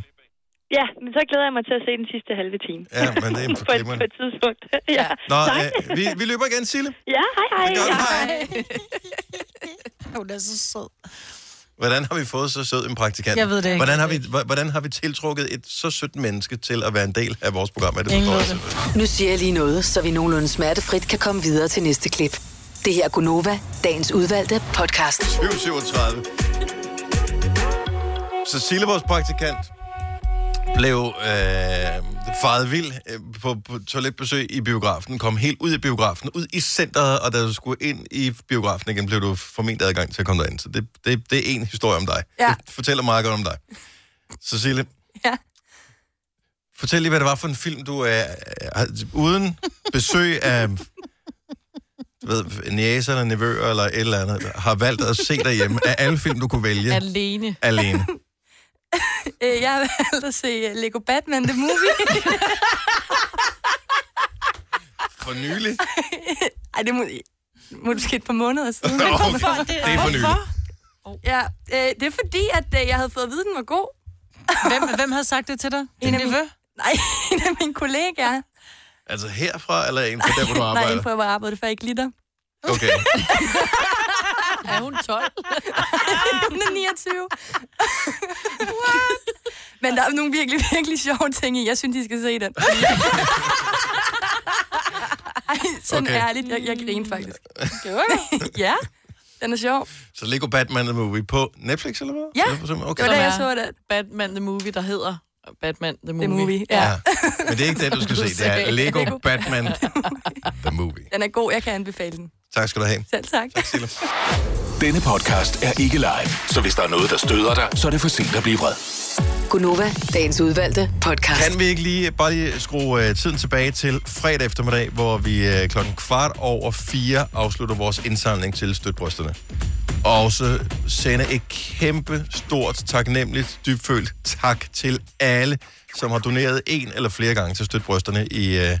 Ja, men så glæder jeg mig til at se den sidste halve time.
Ja, men det er
på, et,
glimrende.
på et tidspunkt. ja.
Nå,
Tak.
øh, vi, vi løber igen, Sille.
Ja, hej hej.
Det gør vi. Hej.
Hun er så sød.
Hvordan har vi fået så sød en praktikant?
Jeg ved det ikke.
Hvordan har vi, hv- hvordan har vi tiltrukket et så sødt menneske til at være en del af vores program? Er det altså?
Ingen
forstår
ved
jeg simpelthen.
Nu siger jeg lige noget, så vi nogenlunde smertefrit kan komme videre til næste klip. Det her er Gunova, dagens udvalgte podcast.
737. Så Sille, vores praktikant, blev øh, faret vild øh, på, på toiletbesøg i biografen, kom helt ud i biografen, ud i centret, og da du skulle ind i biografen igen, blev du forment adgang til at komme derind. Så det, det, det er en historie om dig.
Ja.
Det fortæller meget godt om dig. Cecilie,
Ja.
fortæl lige, hvad det var for en film, du er øh, uden besøg af du ved, næser eller nevøer eller et eller andet, har valgt at se derhjemme af alle film, du kunne vælge
Alene.
alene.
Øh, Jeg har valgt at se øh, Lego Batman The Movie.
For nylig.
Ej, det må, måske et par måneder siden.
Okay,
Hvorfor?
det er for nylig.
Ja, øh, det er fordi, at øh, jeg havde fået at vide, at den var god.
Hvem, hvem havde sagt det til dig?
En af mine, nej, en af mine kollegaer.
Altså herfra eller en fra der, hvor du
Nej,
arbejder?
en på, hvor jeg arbejdede, for ikke litter.
Okay.
Er hun 12?
hun er 29. Men der er nogle virkelig, virkelig sjove ting i. Jeg synes, I skal se den. Ej, sådan
Okay.
okay. ærligt. Jeg, jeg griner faktisk. ja, den er sjov.
Så Lego Batman The Movie på Netflix, eller hvad?
Ja,
Eller-
det var da jeg
okay.
så det.
Batman The Movie, der hedder Batman The Movie.
movie, ja.
Ja. Men det er ikke det, du skal se. Det er Lego Batman The Movie.
Den er god, jeg kan anbefale den.
Tak skal du have.
Selv tak.
Denne podcast er ikke live, så hvis der er noget, der støder dig, så er det for sent at blive vred.
Gunova, dagens udvalgte podcast.
Kan vi ikke lige bare lige skrue øh, tiden tilbage til fredag eftermiddag, hvor vi øh, klokken kvart over fire afslutter vores indsamling til støtbrysterne. Og så sende et kæmpe, stort, taknemmeligt, dybfølt tak til alle, som har doneret en eller flere gange til støtbrysterne i, øh,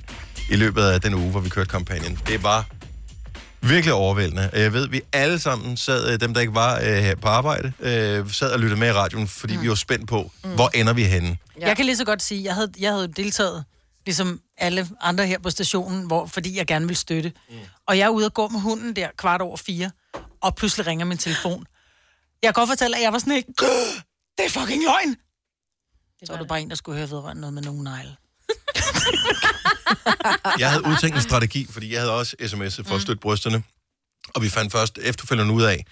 i løbet af den uge, hvor vi kørte kampagnen. Det var Virkelig overvældende. Jeg ved, vi alle sammen sad, øh, dem der ikke var øh, her på arbejde, øh, sad og lyttede med i radioen, fordi mm. vi var spændt på, mm. hvor ender vi henne?
Ja. Jeg kan lige så godt sige, jeg havde, jeg havde deltaget, ligesom alle andre her på stationen, hvor, fordi jeg gerne ville støtte. Mm. Og jeg er ude og gå med hunden der kvart over fire, og pludselig ringer min telefon. Jeg kan godt fortælle, at jeg var sådan ikke, det er fucking løgn! Så var det bare en, der skulle høre vedrørende noget med nogen negle.
Jeg havde udtænkt en strategi, fordi jeg havde også sms'et
Mm.
for at støtte brysterne. Og vi fandt først efterfølgende ud af,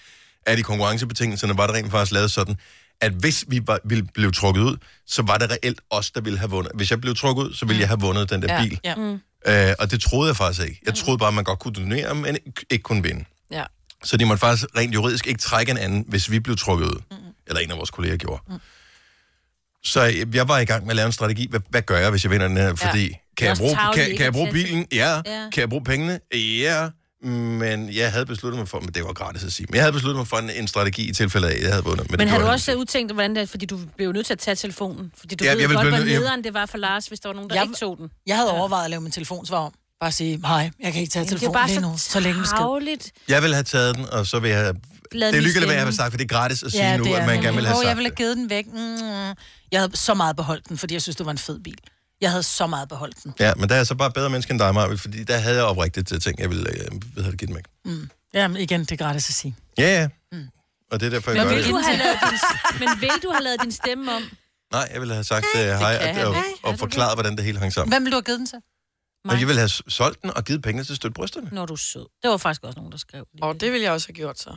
at i konkurrencebetingelserne var det rent faktisk lavet sådan, at hvis vi var, ville blive trukket ud, så var det reelt os, der ville have vundet. Hvis jeg blev trukket ud, så ville jeg have vundet den der bil.
Mm. Ja. Mm.
Øh, og det troede jeg faktisk ikke. Jeg troede bare, at man godt kunne donere, men ikke- ikke kunne vinde.
ja.
Så de måtte faktisk rent juridisk ikke trække en anden, hvis vi blev trukket ud. Mm. Eller en af vores kolleger gjorde. Mm. Så øh, jeg- jeg var i gang med at lave en strategi. Hvad, hvad gør jeg, hvis jeg vinder den her? Fordi, ja.
Det er
kan, jeg
også
bruge,
tarveligt
kan,
ikke
kan jeg
at
bruge
tage til.
bilen? Ja.
Ja.
ja. Kan jeg bruge pengene? Ja. Men jeg havde besluttet mig for, men det var gratis at sige, men jeg havde besluttet mig for en, en strategi i tilfælde af, at jeg havde vundet.
Men,
det
men har
gjorde
du
jeg
også udtænkt, hvordan det er, fordi du blev jo nødt til at tage telefonen? Fordi du ja,
Ja, jeg
ved jo
ville
godt,
blive
hvor
nødt- jeg-
nederen det var for Lars, hvis der var nogen, der jeg,
Jeg-
ikke tog den.
Jeg havde overvejet at lave min telefonsvar om. Bare sige, hej, jeg kan ikke tage
Jamen, det er
telefonen
bare
lige
så
nu, så længe vi skal.
Travligt.
ikke. Jeg ville have taget den, og så ville jeg have...
Lad
det er
lige
lykkeligt, hvad jeg har
stemme.
sagt, for det er gratis at sige ja, nu, at man gerne vil have
Åh, jeg
sagt.
ville have givet den væk. Mm. Jeg havde så meget beholdt den, fordi jeg synes, det var en fed bil. Jeg havde så meget beholdt den.
Ja, men der er jeg så bare bedre menneske end dig, Marvind, fordi der havde jeg oprigtigt øh, tænkt, jeg ville øh, hvad havde give den væk.
Mm. Jamen igen, det er gratis at sige.
Ja, ja.
Mm.
Og det er derfor, jeg
Men
gør
vil,
det.
du have lavet din, men vil du have lavet din stemme om?
Nej, jeg ville have sagt øh, hej,
kan
og,
han
og,
ikke.
og forklaret, hvordan det hele hang sammen.
Hvem ville du have givet den til?
Men jeg ville have s- solgt den og givet penge til at støtte brysterne.
Når du er sød. Det var faktisk også nogen, der skrev.
Og det ville jeg også have gjort så.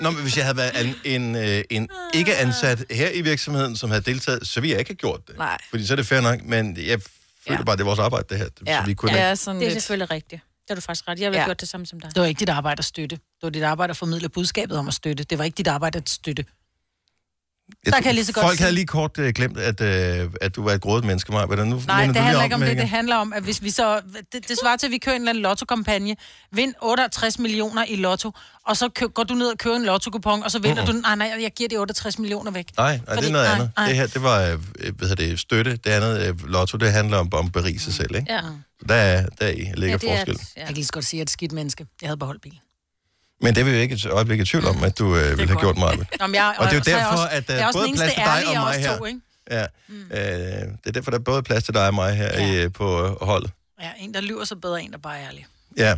Nå, men hvis jeg havde været en, en, øh, en ikke ansat her i virksomheden, som havde deltaget, så ville jeg ikke have gjort det.
Nej.
Fordi så er det fair nok, men jeg føler ja. bare, det er vores arbejde, det her. Ja. Så vi kunne ikke.
det er
lidt-
selvfølgelig rigtigt. Det har du faktisk ret. Jeg ville
Ja.
have gjort det samme som dig.
Det var ikke dit arbejde at støtte. Det var dit arbejde at formidle budskabet om at støtte. Det var ikke dit arbejde at støtte. Der kan jeg lige så godt
Folk havde
sige-
lige kort øh, glemt, at, øh, at du var et grådet menneske, Maja. Hvordan nu
Nej,
vender
det
du lige
handler
om
ikke om
med
det. Det
igen?
handler om, at hvis vi så... Det, det svarer til, at vi kører en eller anden lottokampagne. Vind 68 millioner i lotto, og så kø, går du ned og kører en lottokupon, og så vinder
Mhm.
mm. du... den. Nej, nej, jeg giver de 68 millioner væk.
Nej, nej det
Fordi-
er noget
nej,
andet.
nej.
Det her, det var øh, øh, hvad hedder det, støtte. Det andet, øh, lotto, det handler om, om at berige sig selv, ikke?
Mm. Ja.
Så Der, er, der i ligger ja, forskel.
ja. Jeg kan lige så godt sige, at det er et skidt menneske. Jeg havde beholdt bilen.
Men det er vi jo ikke et øjeblik i tvivl om, at du øh, ville have gjort meget.
Nå, men jeg,
Og det er jo
så jeg
derfor,
også-
at der
jeg
er
også
både
den
plads
eneste
til dig
ærlige
og
af os
mig her.
To, ikke?
Ja. Mm. Øh, det er derfor, der er både plads til dig og mig her ja. øh, på øh, holdet.
Ja, en, der lyver så bedre, en, der bare er ærlig.
Ja.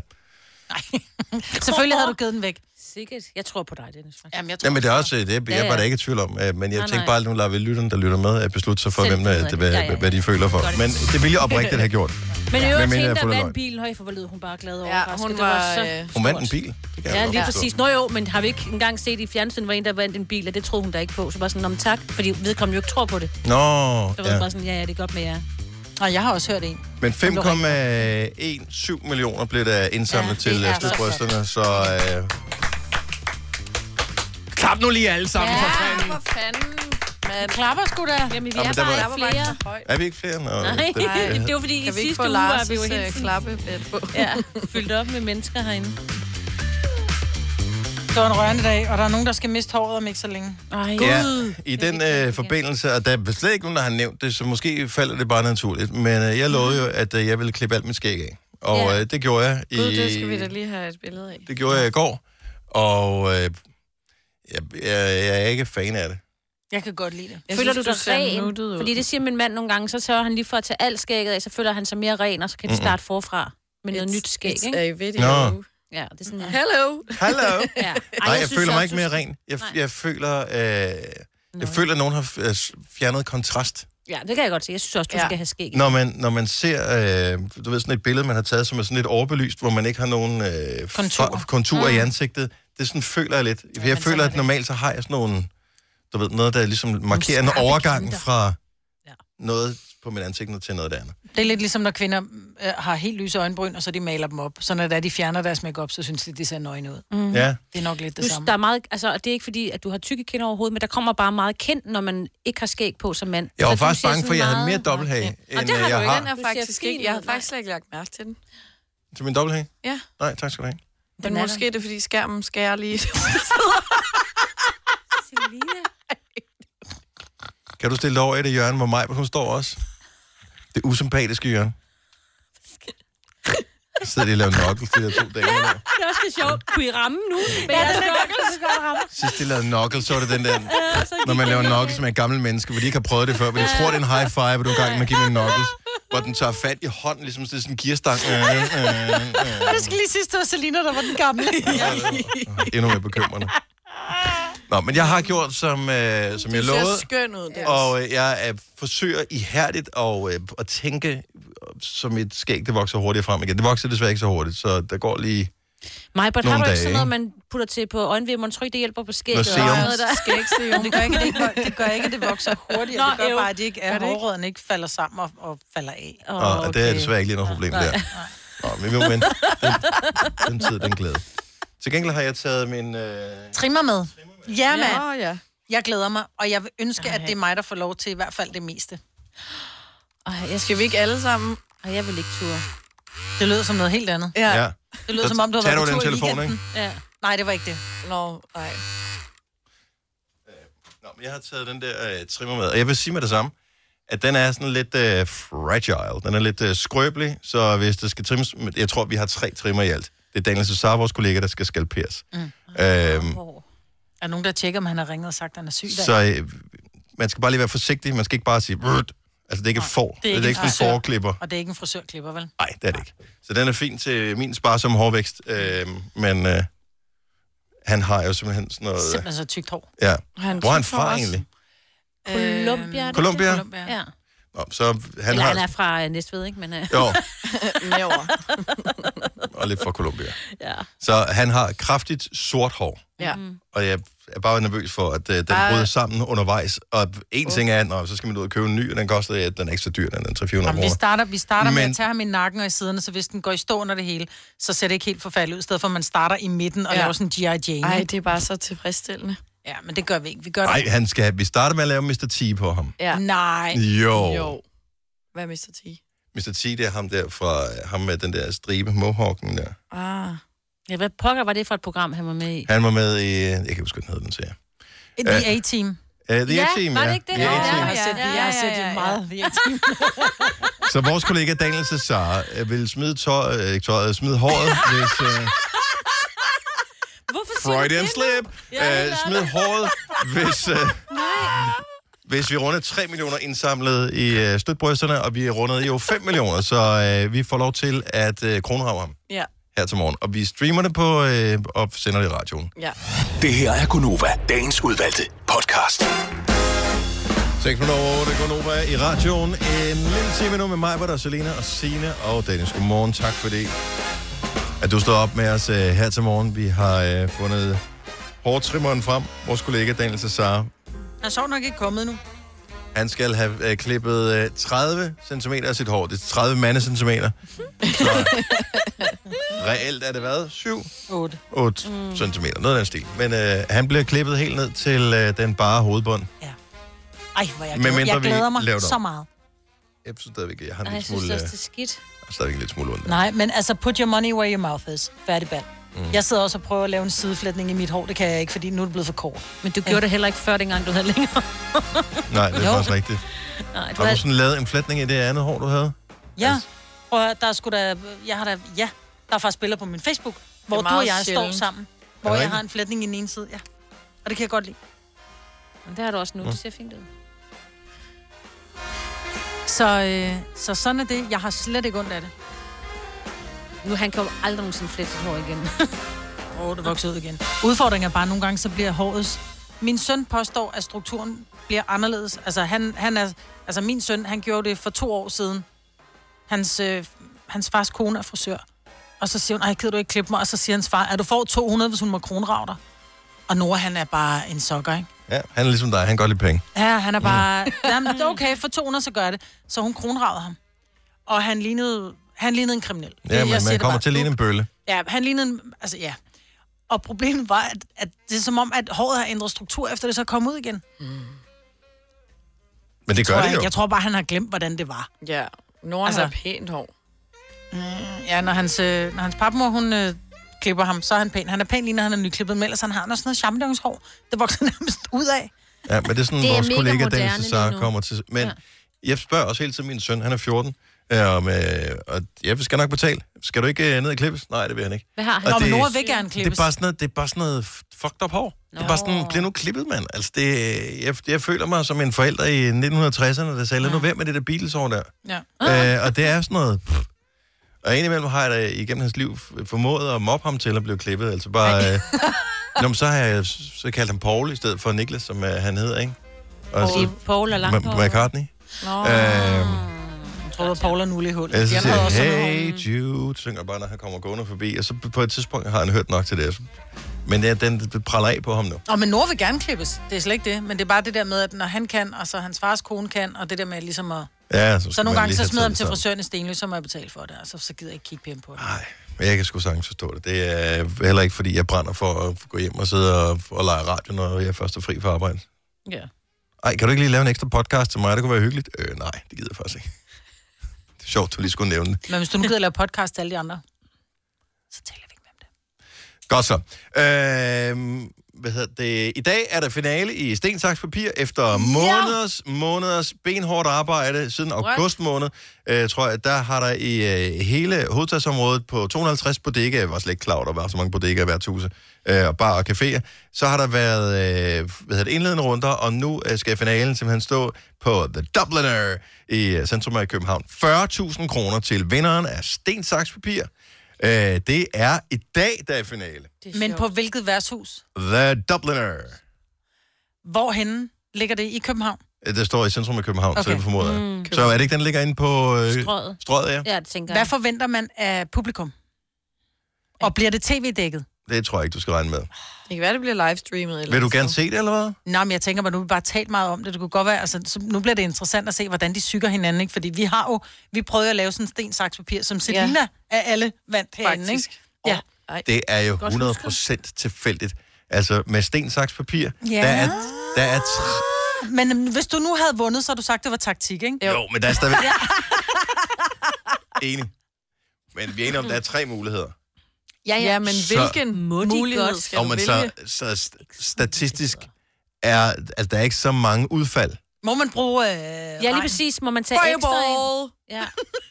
Selvfølgelig havde du givet den væk.
Sikkert. Jeg tror på dig, Dennis. Faktisk.
Jamen, jeg
Jamen, det er også, øh, det er, jeg
Ja,
var
ja.
da ikke i tvivl om, øh, men jeg
Nej,
tænkte
nej.
bare, at nu lader vi lytterne, der lytter med, at beslutte sig for,
Selv
hvem, øh,
finde ud af
det,
det.
hvad,
Ja, ja, ja.
hvad de føler for.
Godt.
Men det ville jeg oprigtigt have gjort.
Men i øvrigt,
Medmindre
hende,
jeg har
der
fået
vandt
løgn.
bilen, høj, for hvor lød hun bare glad over.
Ja,
og
hun
det var,
var, øh,
så...
Hun vandt en bil. Det kan jeg
Ja,
godt
lige
forstå.
præcis. Nå jo, men har vi ikke engang set i fjernsynet, hvor en, der vandt en bil, og det troede hun da ikke på. Så bare sådan, om tak, fordi vedkommende jo ikke tror på det.
Nå,
Så var
ja.
ja. bare sådan, ja, ja, det er godt med jer.
Og jeg har også hørt en.
Men 5,17 millioner blev der indsamlet ja, til
det er
øh, stødbrysterne, så... Øh...
Klap nu lige alle sammen. Ja.
for fanden. Man.
klapper sgu da.
Jamen, vi
Nå, men
er
der
bare
var-
ikke flere.
Er vi ikke flere? Nå,
Nej,
det-
det var fordi i
Kan vi ikke
sidste
få
uge var
Lars'
vi jo
øh,
helt
klappebed på?
Ja, fyldt op med mennesker herinde.
Det var en rørende dag, og der er nogen, der skal miste håret om ikke så længe.
Ej.
Ja, i den øh, forbindelse, og der er slet ikke nogen, der har nævnt det, så måske falder det bare naturligt, men øh, jeg lovede jo, at øh, jeg ville klippe alt mit skæg af. Og
Ja.
øh, det gjorde jeg i...
Gud, det skal vi da lige have et billede af.
Det gjorde jeg i går, og øh, jeg, jeg, jeg er ikke fan af det.
Jeg kan godt lide det.
Jeg føler synes, du dig ren? Fordi det siger min mand nogle gange, så sørger han lige for at tage alt skægget af, så føler han sig mere ren, og så kan de
Mm-mm.
starte forfra med noget nyt skæg,
it's
ikke?
a video.
Nå.
Ja, det er sådan...
Hello.
Hello.
ja. Ej,
Nej, jeg, jeg
synes
føler mig
også,
ikke
du
mere
skal-
ren. Jeg,
Nej.
jeg føler, øh, jeg føler, at nogen har f- øh, s- fjernet kontrast.
Ja, det kan jeg godt se. Jeg synes også, du skal have skæg.
Når man, når man ser øh, du ved, sådan et billede, man har taget, som er sådan lidt overbelyst, hvor man ikke har nogen øh, kontur, kontur
Mm.
i ansigtet, det sådan føler jeg lidt. Jeg føler, at normalt så har jeg sådan nogle, du ved, noget, der ligesom markerer en
skarpe
overgang
kanter.
fra noget på mit ansigt til noget andet.
Det er lidt ligesom, når kvinder øh, har helt lyse øjenbryn, og så de maler dem op. Så når det er, de fjerner deres makeup, så synes de, de ser nøgne ud.
Mm.
Ja.
Det er nok lidt det
Du-
samme.
Der er meget, altså, og det er ikke fordi, at du har tykke kinder overhovedet, men der kommer bare meget kendt, når man ikke har skæg på som mand.
Jeg var
Så du
faktisk
ser
bange
sådan
for, at jeg havde
meget-
mere dobbelthage,
Og
end
det har
øh, jeg
du
har.
Den er
Du ser
faktisk
fin
ikke, jeg har
ud,
faktisk slet ikke lagt mærke til den.
Til min dobbelthage?
Ja.
Nej, tak skal du have.
Men
Den er
måske er det, fordi skærmen skærer lige.
Kan du stille dig over i det hjørne, hvor mig, hun står også? Det usympatiske hjørne. Så sidder de og laver knuckles de der to dage. Der.
Det er også lidt sjovt. Kunne I ramme nu? Men
Ja,
jeg
det er
skal
lidt-
nok- så skal jeg ramme.
Sidst de lavede knuckles, så var det den der,
Ja, så gik
når man
jeg
laver
ned.
knuckles med et gammelt menneske, hvor de ikke har prøvet det før, men de tror, det er en high five, og du er i gang med at give dem en knuckles, hvor den tager fat i hånden, ligesom sådan en gearstang. Øh, øh, øh.
Og det skal lige sidst, det var Selina, der var den gamle.
Endnu mere bekymrende. Nå, men jeg har gjort, som, øh, som jeg
Du ser
lovede.
skøn ud, Dennis.
Og øh, jeg øh, forsøger ihærdigt at, øh, at tænke øh, som et skæg, det vokser hurtigt frem igen. Det vokser desværre ikke så hurtigt, så der går lige...
Nej, but har
Nogle
du ikke
dage,
sådan noget,
ikke?
man putter til på øjenvimmerne? Tror ikke, det hjælper på skægget?
Noget serum.
Men det gør ikke, det, ikke, det gør ikke, at det vokser hurtigt.
Nå,
det gør
jo.
bare, at de ikke,
Gør
at
det ikke?
hårrødderne ikke falder sammen og, og falder af.
Oh, okay. Og det er desværre ikke lige noget problem der. Nå, men vi må vente. Den, den tid, den glæde. Til gengæld har jeg taget min... Øh,
Trimmer med. Ja, mand.
Nå, ja.
Jeg glæder mig, og jeg vil ønske, at det er mig, der får lov til i hvert fald det meste.
Ej, jeg
Skal vi ikke alle sammen?
Ej, jeg vil ikke ture.
Det lød som noget helt andet.
Ja. Ja.
Det lød
Så
som om, du har
tager
været
du
på
den
tur i
telefon,
weekenden. Ja. Nej, det var ikke det. Nå, nej.
Nå, men jeg har taget den der øh, trimmer med, og jeg vil sige med det samme, at den er sådan lidt øh, fragile. Den er lidt øh, skrøbelig, så hvis det skal trimmes... men Jeg tror, vi har tre trimmer i alt. Det er Daniel Cesar, vores kollega, der skal skalperes.
Mm.
Øhm,
Er der nogen, der tjekker, om han har ringet og sagt, at han er syg? i dag?
så øh, man skal bare lige være forsigtig. Man skal ikke bare sige... "Brrrt." Altså, det er ikke et får. Det er ikke, sådan en
frisør.
forklipper.
Og det er ikke en frisørklipper, vel?
Nej, det er det ikke. Så den er fin til min sparsomme hårvækst, øh, men øh, han har jo simpelthen sådan noget... øh,
Simpelthen så tykt hår.
Ja.
Han
Hvor er han
tyk hår
fra
også.
egentlig?
Øh,
Columbia. er det
Columbia?
det? Ja.
Nå, så han
Eller
har...
han er fra øh, Næstved, ikke? Men, øh.
Jo.
Næver.
og lidt fra Colombia.
Ja. Mm.
Så han har kraftigt sort hår,
Ja.
og jeg er bare nervøs for, at uh, den
Ah.
Ej.
bryder sammen undervejs. Og en ting er, når så skal man ud og købe en ny, og den koster, ja, den er ikke så dyr, den er 300-400
Jamen, vi
kroner.
starter, vi starter med
Men-
at tage ham i nakken og i siderne, så hvis den går i stå under det hele, så ser det ikke helt forfærdeligt ud, i stedet for at man starter i midten og
Ja.
ja. laver sådan en G.I. Jane. ikke?
Ej, det er bare så tilfredsstillende.
Ja, men det gør vi ikke. Vi gør
Nej,
det.
han skal, vi starter med at lave Mr. T på ham.
Ja.
Nej.
Jo.
jo. Hvad er Mr. T?
Mr. T, det er ham der fra, ham med den der stribe, mohawken der.
Ah.
Ja, hvad pokker var det for et program, han var med i?
Han var med i, øh, jeg kan ikke huske, hvad den hed, den ser.
The A-Team.
Uh, the
Ja,
A-Team,
var
ja.
det ikke det?
The
Ja,
A-Team.
Jeg har set,
ja,
jeg har set
ja, ja, ja.
det meget. The A-Team.
Så vores kollega Daniel Cesar øh, vil smide tøj, øh, ikke tøjet, smide håret, hvis... Øh,
Hvorfor
Freudian slip. Ja, øh, smid håret, hvis, øh, hvis vi runder 3 millioner indsamlet i øh, støtbrysterne, og vi rundede jo 5 millioner, så øh, vi får lov til at øh, kronrave ham
Ja.
her til morgen. Og vi streamer det på, øh, og sender det i radioen.
Ja.
Det her er Gunova, dagens udvalgte podcast.
6 minutter over 8, Gunova i radioen. En lille time nu med mig, hvor der er Selina og Sine og Dennis. Godmorgen, tak for det. At du står op med os øh, her til morgen. Vi har øh, fundet hårtrimmeren frem. Vores kollega Daniel Cesar
Han er sjovt nok ikke kommet nu.
Han skal have øh, klippet øh, 30 cm af sit hår. Det er 30 mandecentimeter. Så reelt er det hvad? 7?
8.
8 mm. cm. Noget af den stil. Men øh, han bliver klippet helt ned til øh, den bare hovedbund.
Ej, hvor jeg
Med
glæder,
mindre
jeg
vi
glæder mig
laver det om.
så meget.
Jeg synes stadigvæk, jeg har en
Ej,
lille
jeg synes
smule, øh,
også,
jeg
det er skidt.
har stadigvæk en lille smule ondt.
Nej, men altså, put your money where your mouth is. Færdig band. Mm. Jeg sidder også og prøver at lave en sideflætning i mit hår. Det kan jeg ikke, fordi nu er det blevet for kort.
Men du gjorde det heller ikke før, dengang du havde længere.
Nej, det er
Jo.
faktisk rigtigt.
Nej, du
Har du
havde...
sådan Altså- lavet en flætning i det andet hår, du havde?
Ja, prøv at, høre, der er sgu da, jeg har da, ja, der er faktisk billeder på min Facebook, hvor du
meget
og jeg står
sjældent.
sammen.
Er
Hvor
det
jeg
rigtigt?
har en flætning i den ene side, ja. Og det kan jeg godt lide.
Men det har du også nu,
Mm.
det ser fint ud.
Så, øh, så sådan er det. Jeg har slet ikke ondt af det.
Nu, han kommer aldrig nogensinde flet sit hår igen.
Åh, oh, det vokser ud igen. Udfordringen er bare, at nogle gange så bliver hårets... Min søn påstår, at strukturen bliver anderledes. Altså, han, han er, altså min søn, han gjorde det for to år siden. Hans, øh, hans fars kone er frisør. Og så siger hun, ej, gider du ikke klippe mig? Og så siger hans far, at du får 200, hvis hun må kronrave dig. Og Nora, han er bare en sokker, ikke?
Ja, han er ligesom dig. Han kan godt lide penge.
Ja, han er bare... Jamen, det er okay, for 200, så gør jeg det. Så hun kronravede ham. Og han lignede, han lignede en kriminel. Det-
Ja,
jeg
men
siger
man
det
kommer
bare.
til at ligne en bølle.
Ja, han lignede en... Altså, ja. Og problemet var, at, at det er som om, at håret har ændret struktur, efter det så kom ud igen.
Mm. Men det
tror
gør det
jeg,
jo.
ikke. jeg tror bare, han har glemt, hvordan det var.
Ja. Nora altså,
Altså-
har pænt hår.
Ja, når hans, øh, når hans papmor, hun øh, klipper ham, så er han pæn. Han er pæn lige, når han er nyklippet, men ellers han har noget sådan noget champignonshår. Det vokser nærmest ud af.
Ja, men det er sådan,
Det
det
er
er vores
mega
kollega
moderne
Daniel Cesar
lige nu.
kommer til. Men
Ja.
ja. jeg spørger også hele tiden min søn, han er 14, øh, om, øh, og jeg skal nok betale. Skal du ikke øh, ned og klippes? Nej, det vil han ikke.
Hvad har han?
Og
Nå, men Nora vil gerne klippes.
Det er bare sådan noget, det er bare sådan noget f- fucked up hår. Nå. Det er bare sådan, bliver nu klippet, mand. Altså, det, jeg, jeg føler mig som en forælder i 1960'erne, der sagde, lad nu være med det der Beatles-hår der.
Ja. Ah.
Øh, og det er sådan noget... Pff. Og indimellem har jeg da igennem hans liv f- formået at mobbe ham til at blive klippet. Altså bare... Øh, nå, men så har jeg så kaldt ham Paul i stedet for Niklas, som øh, han hedder, ikke? Og
Fordi Paul er langt
Ma- McCartney.
Nå,
Øh,
jeg tror, at Paul er nul i hullet.
jeg så
De andre
siger,
havde også sådan noget
hey Jude, synger bare, når han kommer gående forbi. Og så på et tidspunkt har han hørt nok til det. Men ja, den praller af på ham nu.
Og men Nora vil gerne klippes. Det er slet ikke det. Men det er bare det der med, at når han kan, og så hans fars kone kan, og det der med ligesom at...
Ja,
Så,
skal
så nogle
man
gange,
lige
så
have
smider
taget
ham
det
til
sammen.
frisøren i Stenløs, så må jeg betale for det. Altså, så gider jeg ikke kigge pænt på det. Nej.
Men jeg kan sgu sagtens forstå det. Det er heller ikke, fordi jeg brænder for at gå hjem og sidde og, og lege radio, når jeg først er fri fra arbejde.
Ja.
Ej, kan du ikke lige lave en ekstra podcast til mig? Det kunne være hyggeligt. Øh, nej, det gider jeg faktisk ikke. Sjovt, du lige skulle nævne det.
Men hvis du nu gider lave podcast til alle de andre.
Godt så. Øhm, hvad hedder det? I dag er der finale i Stensaks Papir efter måneders, måneders benhårdt arbejde siden august måned. Øh, tror jeg, der har der i øh, hele hovedstadsområdet på 250 bodegaer, jeg var slet ikke klar over, der var så mange bodegaer hver tusind, øh, og bar og caféer, så har der været øh, hvad hedder det, indledende runder, og nu øh, skal finalen simpelthen stå på The Dubliner i øh, centrum af København. 40.000 kroner til vinderen af Stensaks Papir. Øh, det er i dag, der er finale.
Men på hvilket værtshus?
The Dubliner.
Hvorhenne ligger det i København?
Øh, Det står i centrum af København, okay. så
Okay.
det formoder jeg.
Mm.
Mm. Så er det ikke, den ligger inde på... Øh,
Strøget.
Strøget, ja.
Ja, det tænker
Hvad forventer man af publikum? Og bliver det tv-dækket?
Det tror jeg ikke, du skal regne med.
Det kan være, det bliver livestreamet.
Vil du gerne se det, eller hvad?
Nej, men jeg tænker, at nu har vi bare talt meget om det. Det kunne godt være, altså, så nu bliver det interessant at se, hvordan de syger hinanden, ikke? Fordi vi har jo, vi prøvede at lave sådan en sten, saks, papir, som Selina ja. af alle vandt herinde, ikke? Ja.
Det er jo
Godt
100% tilfældigt. Altså, med sten, saks, papir,
Ja.
der er, der er tre...
Men øhm, hvis du nu havde vundet, så havde du sagt, at det var taktik, ikke?
Jo, men der er stadigvæk... Enig. Men vi er enige om, der er tre muligheder.
Ja, ja. ja men
Så-
hvilken
så,
mulighed skal
Og
du
men
vælge?
så, så st- statistisk er, altså, der er ikke så mange udfald.
Må man bruge... Øh, ja,
lige præcis. Må man tage
Fireball.
ekstra en? Ja.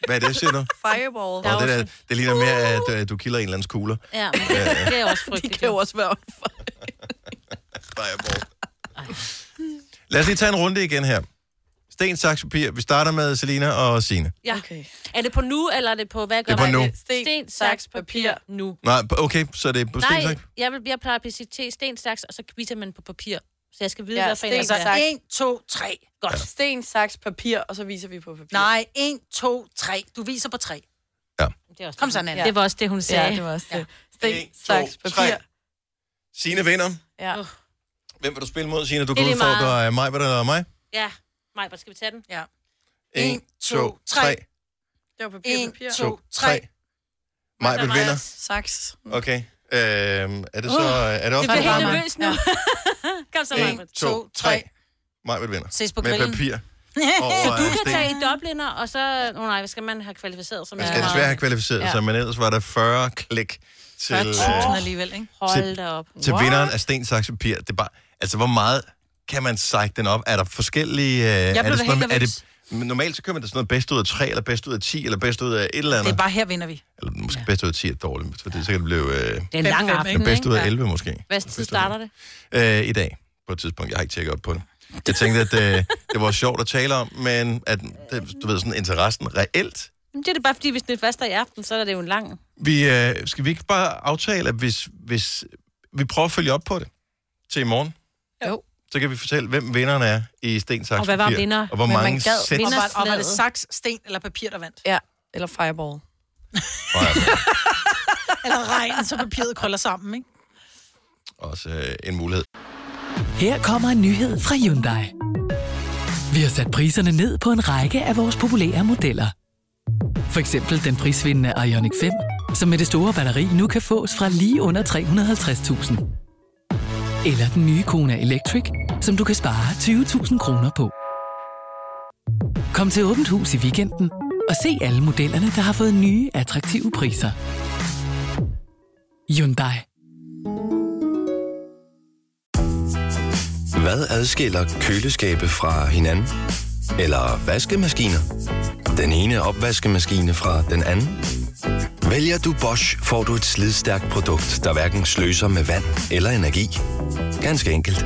Hvad er det, siger du?
Fireball.
Og det, der, det ligner mere, at øh, du kilder en eller andens kugler.
Ja, men det er også frygteligt.
Det kan jo også være
Lad os lige tage en runde igen her. Sten, saks, papir. Vi starter med Selina og Sine.
Ja. Okay. Er det på nu, eller er det på, hvad gør
Det er
man?
på nu.
Sten, sten, saks, papir, nu.
Nej, okay, så det er på sten,
Nej,
saks.
jeg, vil, jeg plejer at sige sten, saks, og så kvitter man på papir. Så jeg skal vide,
Ja,
hvad for en
sten,
altså,
saks.
en.
En,
2, 3.
Godt.
Sten, saks, papir, og så viser vi på papir.
Nej, 1, 2, 3. Du viser på 3.
Det er også
Kom så, Nanna.
Det var også det, hun sagde.
Ja, det var også det.
Sten, saks, papir. Sine vinder.
Ja.
Hvem vil du spille mod, Sine?
Det
Du
er
kan
lige meget.
udfordre øh, mig, hvad der er mig.
Ja, Maj, hvor skal vi tage den?
Ja.
1, 2, 3.
Det var papir, en, papir.
2, 3. Mig vil vinder.
Saks. Uh.
Okay. Øhm, er det så... er det også
jeg Uh. bliver helt
mig?
nervøs nu. Kom så, Maj.
1, 2, 3. Mig vil vinder.
Ses på
Med
grillen.
papir.
så
Og,
du
øh,
kan
sten.
tage i doblinder, og så... Nå nej, hvad skal man have kvalificeret sig med?
Man skal desværre have kvalificeret
Ja.
sig, men ellers var der 40 klik til, øh,
40.000 alligevel, ikke? Hold da op.
til vinderen af sten, saks, papir. Det er bare, altså, hvor meget kan man sække den op? Er der forskellige... Øh,
blev
er
da
det sådan noget,
helt
er det,
nervøs.
men normalt så kører man da sådan noget bedst ud af 3, eller bedst ud af 10, eller bedst ud af et eller
Det
andet.
er bare her vinder vi.
Eller måske bedst ud af 10 er dårligt, for det, så kan det blive... Øh, det
er en lang aften, ikke?
bedst ud af
Ja.
11 måske.
Hvad tid starter det?
øh, i dag på et tidspunkt. Jeg har ikke tjekket op på det. Jeg tænkte, at øh, det var sjovt at tale om, men at, det, du ved, sådan interessen reelt.
Jamen, det er det bare fordi, hvis det først er i aften, så er det jo en lang...
Vi, øh, skal vi ikke bare aftale, at hvis, hvis vi prøver at følge op på det til i morgen?
Jo.
Så kan vi fortælle, hvem vinderen er i Sten Saks
Og hvad var
Papir,
vinder?
Og hvor
Men man
mange
gad
sæt...
Og var, og var det
Vinderslaget.
saks, sten eller papir, der vandt?
Ja, eller fireball.
Eller regn, så papiret krøller sammen, ikke?
Også øh, en mulighed.
Her kommer en nyhed fra Hyundai. Vi har sat priserne ned på en række af vores populære modeller. For eksempel den prisvindende Ioniq 5, som med det store batteri nu kan fås fra lige under 350.000. Eller den nye Kona Electric, som du kan spare 20.000 kroner på. Kom til Åbent Hus i weekenden og se alle modellerne, der har fået nye, attraktive priser. Hyundai.
Hvad adskiller køleskabe fra hinanden? Eller vaskemaskiner? Den ene opvaskemaskine fra den anden? Vælger du Bosch, får du et slidstærkt produkt, der hverken sløser med vand eller energi. Ganske enkelt.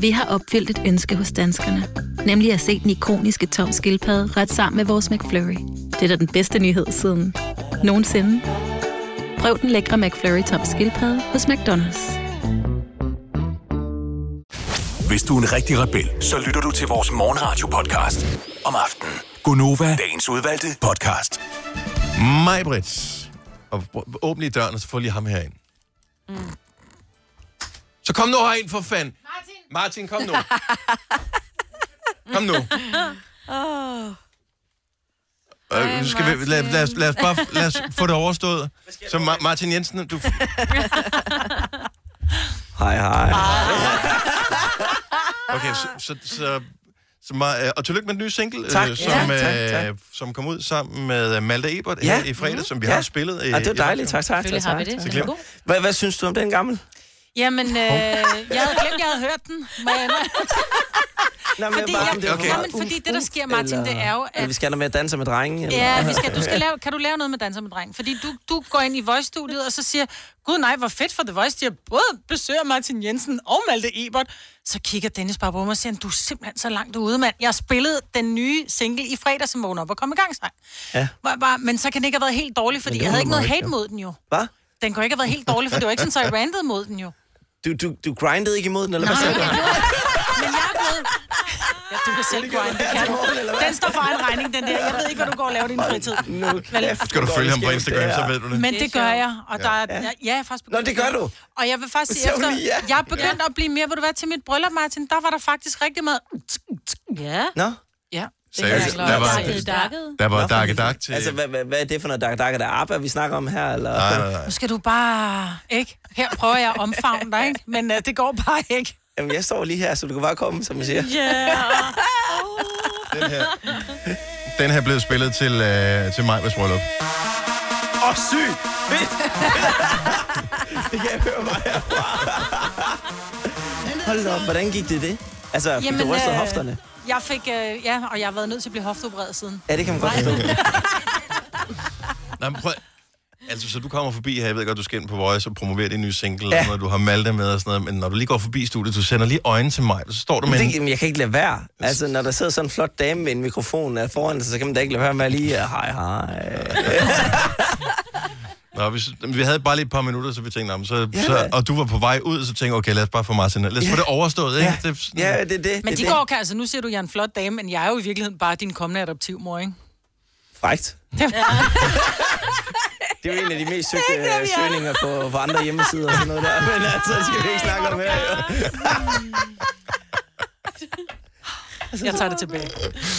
Vi har opfyldt et ønske hos danskerne. Nemlig at se den ikoniske tom skildpadde ret sammen med vores McFlurry. Det er da den bedste nyhed siden nogensinde. Prøv den lækre McFlurry tom skildpadde hos McDonald's.
Hvis du er en rigtig rebel, så lytter du til vores morgenradio-podcast om aftenen. Gunova, dagens udvalgte podcast.
Mig, Britt. Og br- åbn lige døren, og så få lige ham herind.
Mm.
Så kom nu herind, for fanden. Martin. Martin, kom nu. kom nu.
oh.
Øh, skal vi, lad, lad, os, lad, os bare, lad os få det overstået. Så Ma- Martin Jensen, du...
Hej,
Ah,
hej.
Okay, så... så, så så meget, øh, og tillykke med den nye single, øh,
Tak. Ja,
som,
tak,
øh,
tak.
som kom ud sammen med øh, Malte Ebert
Ja.
her i fredag, som vi
Ja.
har spillet.
Ja, det var dejligt. Tak, tak,
Selvfølgelig tak, har vi tak. det. Den
Så
er
glem.
god.
Hvad, hvad synes du om den gamle?
Jamen, øh, jeg havde glemt, jeg havde hørt den. Men...
Nå,
fordi,
bare, om
jeg,
det var
okay. jamen, fordi det, der sker, Martin,
eller-
det er jo,
Eller vi
at...
skal have noget med at danse med drenge? Eller?
Ja, vi skal, du skal lave, kan du lave noget med Danser med Dreng? Fordi du, du går ind i Voice-studiet, og så siger, gud nej, hvor fedt for The Voice, de har både besøger Martin Jensen og Malte Ebert. Så kigger Dennis bare på mig og siger, du er simpelthen så langt ude, mand. Jeg spillede den nye single i fredag, som vågner op og kom i gang sang.
Ja.
Hvor jeg bare, Men så kan det ikke have været helt dårligt, fordi
Men det
jeg havde
må
ikke
man
noget
ikke,
hate
jo.
mod den jo.
Hvad?
Den kunne ikke have været helt dårlig, for det var ikke sådan, så jeg randede mod den jo.
Du, du, du grindede ikke imod den, eller hvad sagde du?
Men jeg er blevet... Ja, du kan selv grinde, det kan du. Den står for en regning, den der. Jeg ved ikke, hvad du går og laver i din fritid.
Skal du følge ham på Instagram, så ved du det.
Men det gør jeg, og der er, ja, jeg er faktisk begyndt.
Nå, det gør
at-
du.
Og jeg vil faktisk sige,
Så
efter,
lige, ja.
jeg er begyndt at blive mere, ved du hvad, til mit bryllup, Martin, der var der faktisk rigtig meget... Ja.
Nå?
Ja.
Seriøst, der var, der var dakke dak til...
Altså, hvad, hvad, hvad er det for noget dak dak? Er det ABBA, vi snakker om her? Eller?
Nej, nej, nej.
Nu skal du bare... Ikke? Her prøver jeg at omfavne dig, ikke? Men uh, det går bare ikke.
Jamen, jeg står lige her, så du kan bare komme, som jeg siger.
Yeah.
Den her, den her blev spillet til, øh, til mig ved bryllup.
Åh, oh, syg! Fedt! det kan jeg høre mig herfra. Hold da op, hvordan gik det det? Altså, fik Jamen, du rystet
øh,
hofterne?
Jeg fik, øh, ja, og jeg har været nødt til at blive hofteopereret siden.
Ja, det kan man godt forstå.
Nej, men prøv. Altså, så du kommer forbi her, jeg ved godt, du skal ind på Voice og promovere din nye single,
Ja.
ja. når du har Malte med og sådan noget, men når du lige går forbi studiet, du sender lige øjne til mig, så står du med
Men
en...
det, jamen, jeg kan ikke lade være. Altså, når der sidder sådan en flot dame med en mikrofon øh, foran sig, så kan man da ikke lade være med at lige... øh, Hej, hej.
Nå, vi, vi havde bare lige et par minutter, så vi tænkte, "Nå, men så,
Ja,
så,
da.
og du var på vej ud, så tænkte jeg, okay, lad os bare få Martin ned. Lad os få det overstået, ikke? Det, er sådan-
Men de går, kan, altså, nu siger du, jeg er en flot dame, men jeg er jo i virkeligheden bare din kommende adoptivmor, ikke?
Frækt.
Det,
Det er jo en af de mest søgte øh, søgninger på, på andre hjemmesider og sådan noget der. Men altså, det skal vi ikke snakke om her. Jo.
jeg tager det tilbage.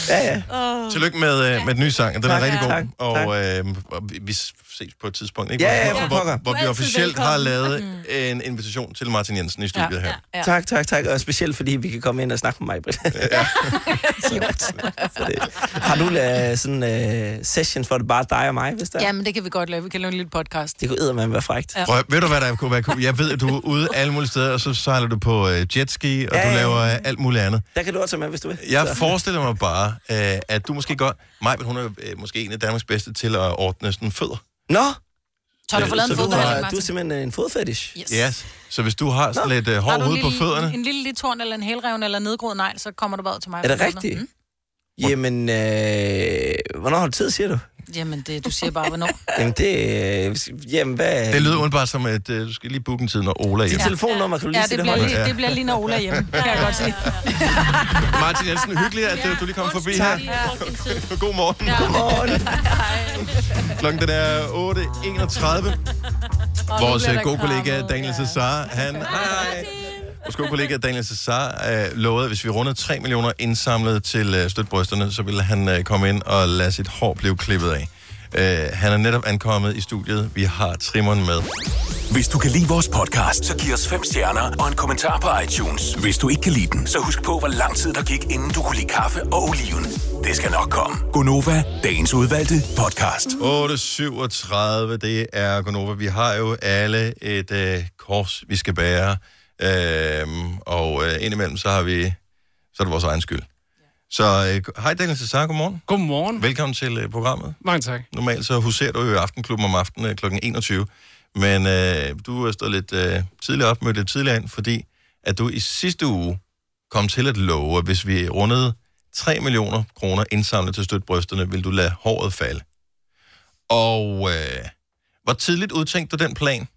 Ja,
ja.
Tillykke med, øh, med den nye sang, den
Tak.
er rigtig god.
Tak.
Og, øh, og vi- vi ses på et tidspunkt, ikke?
Ja, ja, ja, for
hvor,
pokker.
hvor, hvor vi
Altid
officielt har
velkommen. Mm.
lavet en invitation til Martin Jensen i studiet her.
Ja. Tak, tak, tak. Og specielt fordi vi kan komme ind og snakke med mig, Britt. Ja. Har du uh, sådan uh, sessions, hvor det bare er dig og mig, hvis der?
Ja, men det kan vi godt lave. Vi kan lave en lille podcast.
Det kunne eddermame være frækt.
Ja.
Prøv, at- ved du, hvad der kunne være cool? Jeg ved, at du er ude alle mulige steder, og så sejler du på øh, jetski, og
Ja,
ja, du
ja,
laver
ja.
øh, alt muligt andet.
Der kan du også være med, hvis du vil.
Jeg
Så-
forestiller mig bare, øh, at du måske godt... Maj, hun er øh, måske en af Danmarks bedste til at ordne sådan fødder.
Nå!
Tør du få lavet en
Så
fodbehandling,
har- Du
Martin?
er simpelthen øh, en fodfetish.
Yes.
Yes. Så hvis du har sådan lidt øh,
Har
hård
du
hud
en
på
lille,
fødderne...
En, en lille torn eller en helrevne eller nedgroet negl, så kommer du bare ud til mig.
Er det
for
rigtigt? Jamen, øh, hvornår har du tid, siger du?
Mm. Jamen, det, du siger bare, hvornår.
Jamen, det... Øh, jamen, hvad...
Det lyder udenbart som, at øh, du skal lige booke en tid, når Ola er
Dit
hjemme.
telefonnummer, kan du lige
ja,
sige
det
det
bliver,
højt?
lige,
Ja.
det bliver lige, når Ola er hjemme, kan jeg godt sige.
Martin Jensen, hyggeligt, at øh, du lige kom forbi her. God morgen.
Ja.
Godmorgen.
Klokken den er 8.31. Vores øh, gode kollega Daniel Cesar, han... Hej. Vores gode kollega Daniel Cesar øh, lovede, at hvis vi rundede 3 millioner indsamlet til øh, støtbrysterne, så ville han øh, komme ind og lade sit hår blive klippet af. Øh, han er netop ankommet i studiet. Vi har trimmeren med.
Hvis du kan lide vores podcast, så giv os fem stjerner og en kommentar på iTunes. Hvis du ikke kan lide den, så husk på, hvor lang tid der gik, inden du kunne lide kaffe og oliven. Det skal nok komme.
Gonova, dagens udvalgte podcast. 8.37, det er Gonova. Vi har jo alle et øh, kors, vi skal bære. Øhm, og øh, indimellem, så har vi, så er det vores egen skyld. Så øh, hej Daniel Cesar, godmorgen.
Godmorgen.
Velkommen til øh, programmet.
Mange tak.
Normalt så huserer du jo i Aftenklubben om aftenen øh, kl. 21. Men øh, du er stået lidt øh, tidligere op, mødt lidt tidligere ind, fordi at du i sidste uge kom til at love, at hvis vi rundede 3 millioner kroner indsamlet til støtbrysterne, ville du lade håret falde. Og øh, hvor tidligt udtænkte du den plan?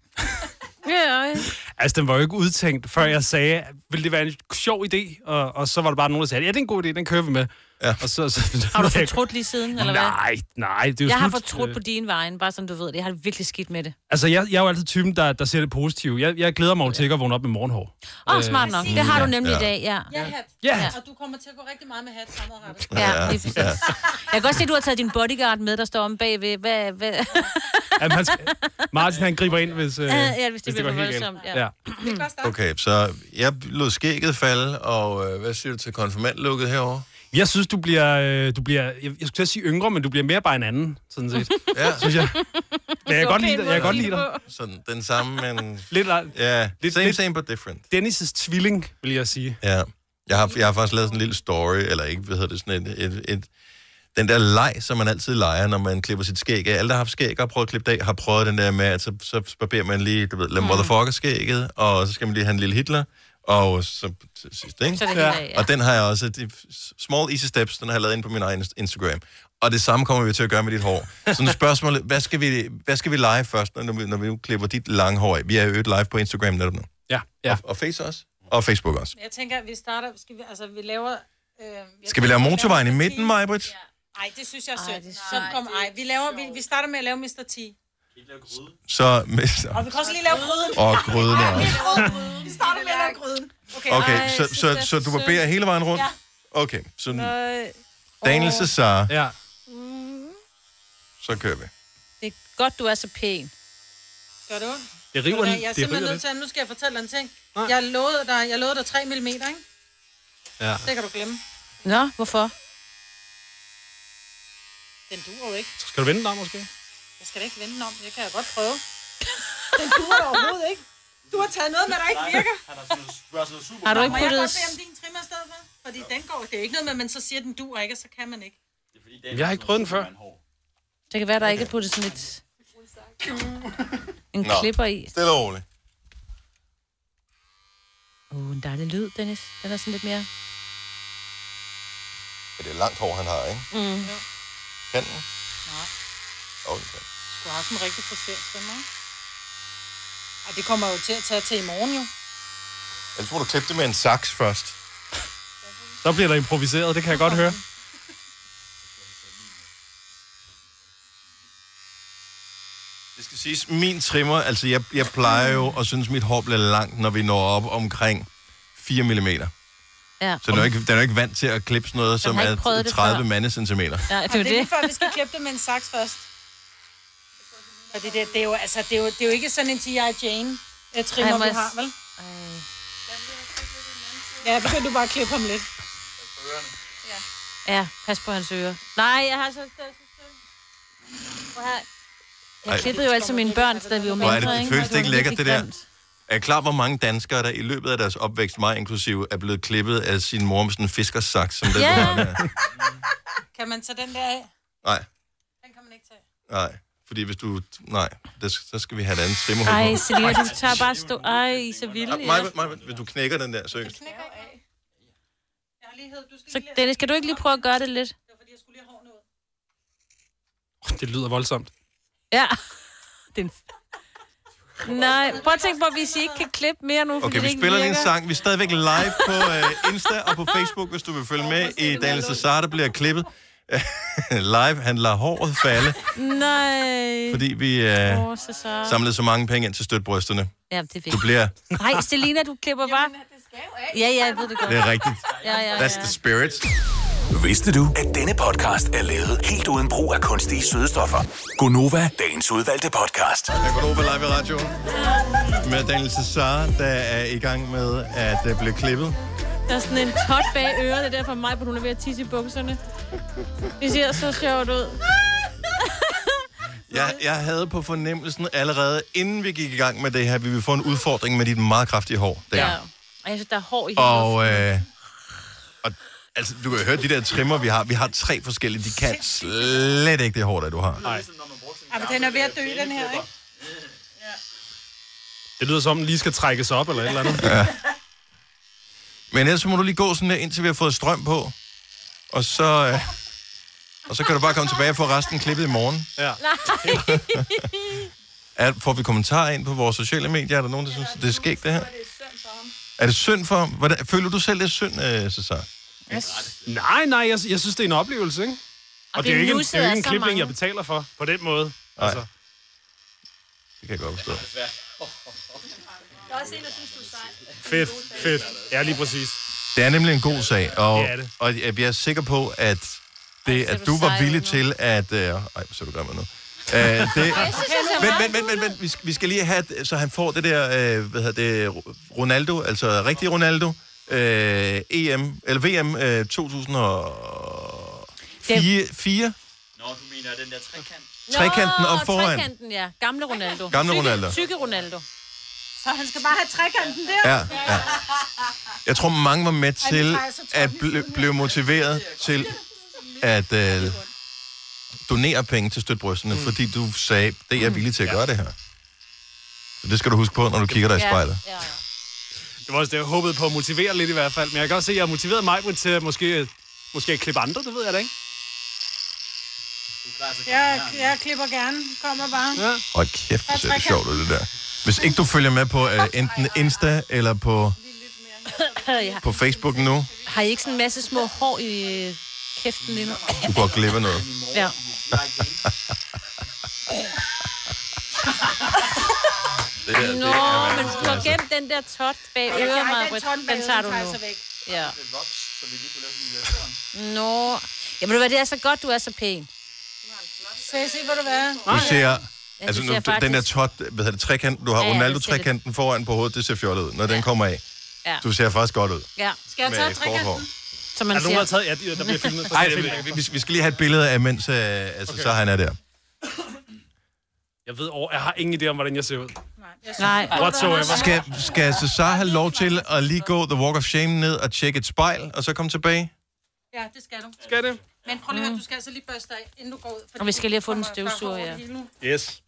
Ja, ja.
Altså, den var jo ikke udtænkt, før jeg sagde, vil det være en sjov idé? Og, og så var der bare nogen, der sagde, ja, det er en god idé, den kører vi med. Ja. Og så, så,
Har du fortrudt lige siden, eller hvad?
Nej, nej. Det er jo
Jeg har
slut.
fortrudt på din vejen, bare som du ved det. Jeg har det virkelig skidt med det.
Altså, jeg, jeg er jo altid typen, der, der ser det positive. Jeg, jeg glæder mig jo til at vågne op med morgenhår.
Åh, oh, smart nok. Det har du nemlig
Øh, ja.
i dag, ja.
Ja, hat.
Ja.
Og du kommer til at gå rigtig meget med hat fremadrettet.
Ja, lige præcis. Jeg kan godt se, at du har taget din bodyguard med, der står om bagved. Hvad, hvad?
Jamen, han, skal- Martin, han griber ind, hvis, øh,
Ja, hvis det bliver for
galt.
voldsomt, ja.
ja.
Okay, så jeg lod skægget falde, og øh, hvad siger du til konfirmandlukket herover?
Jeg synes, du bliver, øh, du bliver jeg, jeg skulle til at sige yngre, men du bliver mere bare en anden, sådan set.
Ja.
Synes jeg. Men jeg kan godt lide dig. Jeg kan godt lide dig.
Sådan den samme, men...
Lidt,
ja, lidt, same, same, but different.
Dennis' tvilling, vil jeg sige.
Ja. Jeg har, jeg har faktisk lavet sådan en lille story, eller ikke, hvad hedder det, sådan et, et, et, den der leg, som man altid leger, når man klipper sit skæg af. Alle, der har haft skæg og har prøvet at klippe det af, har prøvet den der med, at så, så barberer man lige, du ved,
Mm.
lad motherfucker skægget, og så skal man lige have en lille Hitler, og så til sidst, ikke?
Så er det helt af, ja.
Og den har jeg også, de small easy steps, den har jeg lavet ind på min egen Instagram. Og det samme kommer vi til at gøre med dit hår. Så nu er spørgsmålet, hvad skal vi, hvad skal vi lege først, når vi, når vi nu klipper dit lange hår af? Vi er jo øget live på Instagram netop nu.
Ja, ja.
Og, og Face også. Og Facebook også.
Jeg tænker, at vi starter... Skal vi, altså, vi laver... Øh, jeg
Skal vi lave motorvejen i midten, Majbrit?
Nej, det synes jeg er sødt. Så kom, ej. Vi, laver, vi, vi starter med at lave Mr. T.
Så...
Og vi kan også lige lave gryden.
Og gryden
Ej,
også.
vi laver gryden. Vi starter med at lave gryden.
Okay, så, så, så du barberer hele vejen rundt? Okay, så
øh,
Daniel Cesar,
Ja.
så kører vi.
Det er godt, du er så pæn.
Gør du?
Det
Ved du hvad, Jeg er simpelthen nødt til, at nu skal jeg fortælle dig en ting. Jeg lovede dig, jeg lovede dig 3 mm, ikke?
Ja.
Det kan du glemme.
Nå, hvorfor?
Den duer jo ikke.
Skal du vende dig, måske?
Jeg skal da ikke vende den om. Det kan jeg godt prøve. Den duer overhovedet ikke. Du har taget noget med, der ikke virker.
Har du ikke
Må jeg
puttet...
godt bede om din trimmer i stedet for? Fordi den går, det er ikke noget med, at man så siger, at den duer ikke, og så kan man ikke.
Jeg har ikke prøvet den før.
Det kan være, der ikke er puttet sådan et... En
Nå.
klipper i.
Stille og roligt.
Uh, en dejlig lyd, Dennis. Den er sådan lidt mere...
Ja, Det er langt hår, han har, ikke?
Mm.
Kan den? Åh, den kan.
Du har sådan en rigtig friserstemme, ikke? Ej, det kommer jo til at tage til i morgen, jo.
Ellers må du klippe det med en saks først.
Så bliver der improviseret, det kan jeg godt høre.
Det skal siges, min trimmer, altså jeg, jeg plejer jo at synes, mit hår bliver langt, når vi når op omkring 4 mm.
Ja.
Så den er, jo ikke, den er jo ikke vant til at klippe sådan noget, som
har ikke prøvet
er
det
30
før.
mandecentimeter.
Ja,
Og det er lige før, vi skal klippe det med en saks først. Og det, der, det, er jo, altså, det, er jo, det er jo ikke sådan en G.I. Jane øh,
Ej,
trimmer,
må
vi
jeg
har,
s-
vel? Ja, begynd du bare at klippe ham lidt.
Ja, pas på hans ører. Nej, jeg har så... Prøv her.
Ej.
Jeg klippede jo altid mine børn, da vi var
Hvor er
mindre,
det, det
ikke?
føles det ikke
var
lækkert, det
virkelig
der?
grimt.
Er I klar, hvor mange danskere, der i løbet af deres opvækst, mig inklusive, er blevet klippet af sin mor med sådan en fiskersaks, som den
Ja.
yeah. der?
Kan man tage den der af?
Nej,
Den kan man ikke tage.
nej. Fordi hvis du... Nej, det, så skal vi have et andet trimmerhul.
Ej, Selina, du tager bare stå... Ej, så vildt.
Maja, hvis du knækker den der, seriøst.
Så Dennis, kan du ikke lige prøve at gøre det lidt?
Det lyder voldsomt.
Ja. Den... Nej, prøv at tænke på, hvis I ikke kan klippe mere nu, fordi
Okay, vi
det ikke
spiller lige en
virker.
sang. Vi er stadigvæk live på øh, Insta og på Facebook, hvis du vil følge med i Daniel Cesar, der bliver klippet. live, han lader håret falde,
Nej.
fordi vi øh,
Åh, så så.
samlede så mange penge ind til støtbrysterne.
Ja, det er vigtigt.
Du bliver...
Nej, Selina, du klipper bare... Ja, ja, jeg ved det godt.
Det er rigtigt.
Ja, ja, ja.
That's the spirit.
Vidste du, at denne podcast er lavet helt uden brug af kunstige sødestoffer?
Gonova.
Dagens udvalgte podcast.
Gonova live i radioen. Med Daniel Cesar, der er i gang med at øh, blive klippet.
Der er sådan en tot bag øret, det er derfor mig, på hun er ved at tisse i bukserne. Det ser så sjovt ud.
Jeg, jeg havde på fornemmelsen allerede, inden vi gik i gang med det her, vi ville få en udfordring med dit meget kraftige hår. Der.
Ja. Og jeg synes, der er hår i hele
Og, øh, og altså, du kan jo høre de der trimmer, vi har. Vi har tre forskellige. De kan slet ikke det hår, der du har. Nej.
Ej, men den er ved at dø, den her, ikke?
Det lyder som om, den lige skal trækkes op eller et eller andet.
Ja. Men ellers så må du lige gå sådan der, indtil vi har fået strøm på. Og så, øh, og så kan du bare komme tilbage og få resten klippet i morgen.
Ja.
Nej.
Er, får vi kommentarer ind på vores sociale medier? Er der nogen, der synes, det er skægt, det her? Er det synd for ham? Hvordan, føler du selv, det er synd, øh, Cesar?
Yes. Nej, nej, jeg, jeg synes, det er en oplevelse, ikke? Og, og det, er jo ikke, en- det er jo ikke en klipning, jeg betaler for, på den måde. Altså.
Nej. Det kan jeg godt forstå.
Der er også en, der synes, du er sej.
Fedt, fedt. Ja, lige præcis.
Det er nemlig en god sag, og,
Det er det.
og jeg jeg er sikker på, at det, at du var villig til at... Øh, ej, hvor ser du gammel nu. Æh, Øh, det, men, men, men, men, men, vi skal- vi skal lige have, et- så han får det der, øh, hvad hedder det, Ro- Ronaldo, altså rigtig Ronaldo, øh, EM, eller VM øh, 2004, 4,
Nå, du mener den der trekant.
trekanten op foran.
Trekanten, ja. Gamle Ronaldo.
Gamle
Tykke-
Ronaldo.
Tykke Ronaldo. Så han skal bare have trekanten der?
Ja, ja. Jeg tror, mange var med til at bl- blive motiveret til at øh, donere penge til støtbrystene, mm. fordi du sagde, det er
Mm.
jeg villig til at gøre det her. Så det skal du huske på, når du kigger dig i
Ja.
spejlet.
Det var også det, jeg håbede på at motivere lidt i hvert fald. Men jeg kan også se, at jeg har motiveret mig til at måske, måske at klippe andre, det ved jeg da ikke.
Jeg, jeg klipper gerne. Kommer bare.
Ja.
Og kæft, hvor ser det sjovt ud, det der. Hvis ikke du følger med på øh, enten Insta eller på,
ja.
på Facebook nu,
Har I ikke sådan en masse små hår i øh, kæften lige nu?
du går glip af noget.
Ja.
Det her, det
Nå,
er
men du har gemt den der tot bag
Ej,
øret,
ej, den
Marvitt.
tot bag
Den tager
øret, den
du
tager jeg
nu.
så væk.
Ja. Nå. Jamen, ved du hvad, det er så godt, du er så pæn.
Så jeg siger, hvor du er.
Du ser...
Ja,
Altså,
det
nu,
ser
den der
faktisk-
tot, hvad hedder det, trekanten, du har
Ja, ja, det ser
Ronaldo-trekanten foran på hovedet, det ser fjollet ud, når den kommer af.
Ja.
Du ser faktisk godt ud.
Ja. Skal
jeg Med tage et kort trekanten? hår.
Som man
er der nogen, der har
ser.
taget? Ja, de- der bliver filmet.
Nej, vi, vi, vi skal lige have et billede af, mens øh, altså, okay. så han er der.
Jeg ved over, jeg har ingen idé om, hvordan jeg ser ud.
Nej.
Whatsoever.
Skal, skal Cesar have lov til at lige gå The Walk of Shame ned og tjekke et spejl, og så komme tilbage?
Ja, det skal du.
Skal det?
Men prøv lige at høre, du skal altså lige børste dig, inden du går ud. fordi
Mm. Og vi skal lige have fundet
der
en
kommer- der
støvsuger,
kommer
ja.
hele nu.
Yes.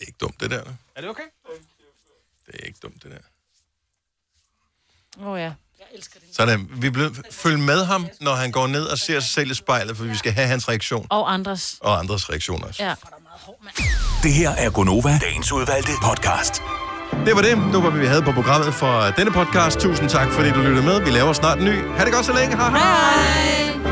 Ikke dumt, det der.
Er det okay?
Det er ikke dumt, det der.
Åh oh, ja.
Sådan, vi bliver, følg med ham, når han går ned og ser sig selv i spejlet, for vi skal have hans reaktion
Og andres.
og andres reaktioner.
Ja.
Det her er Gonova, dagens udvalgte podcast.
Det var det. Det var, hvad vi havde på programmet for denne podcast. Tusind tak, fordi du lyttede med. Vi laver snart en ny. Ha' det godt så længe. Hej hej.
Hej.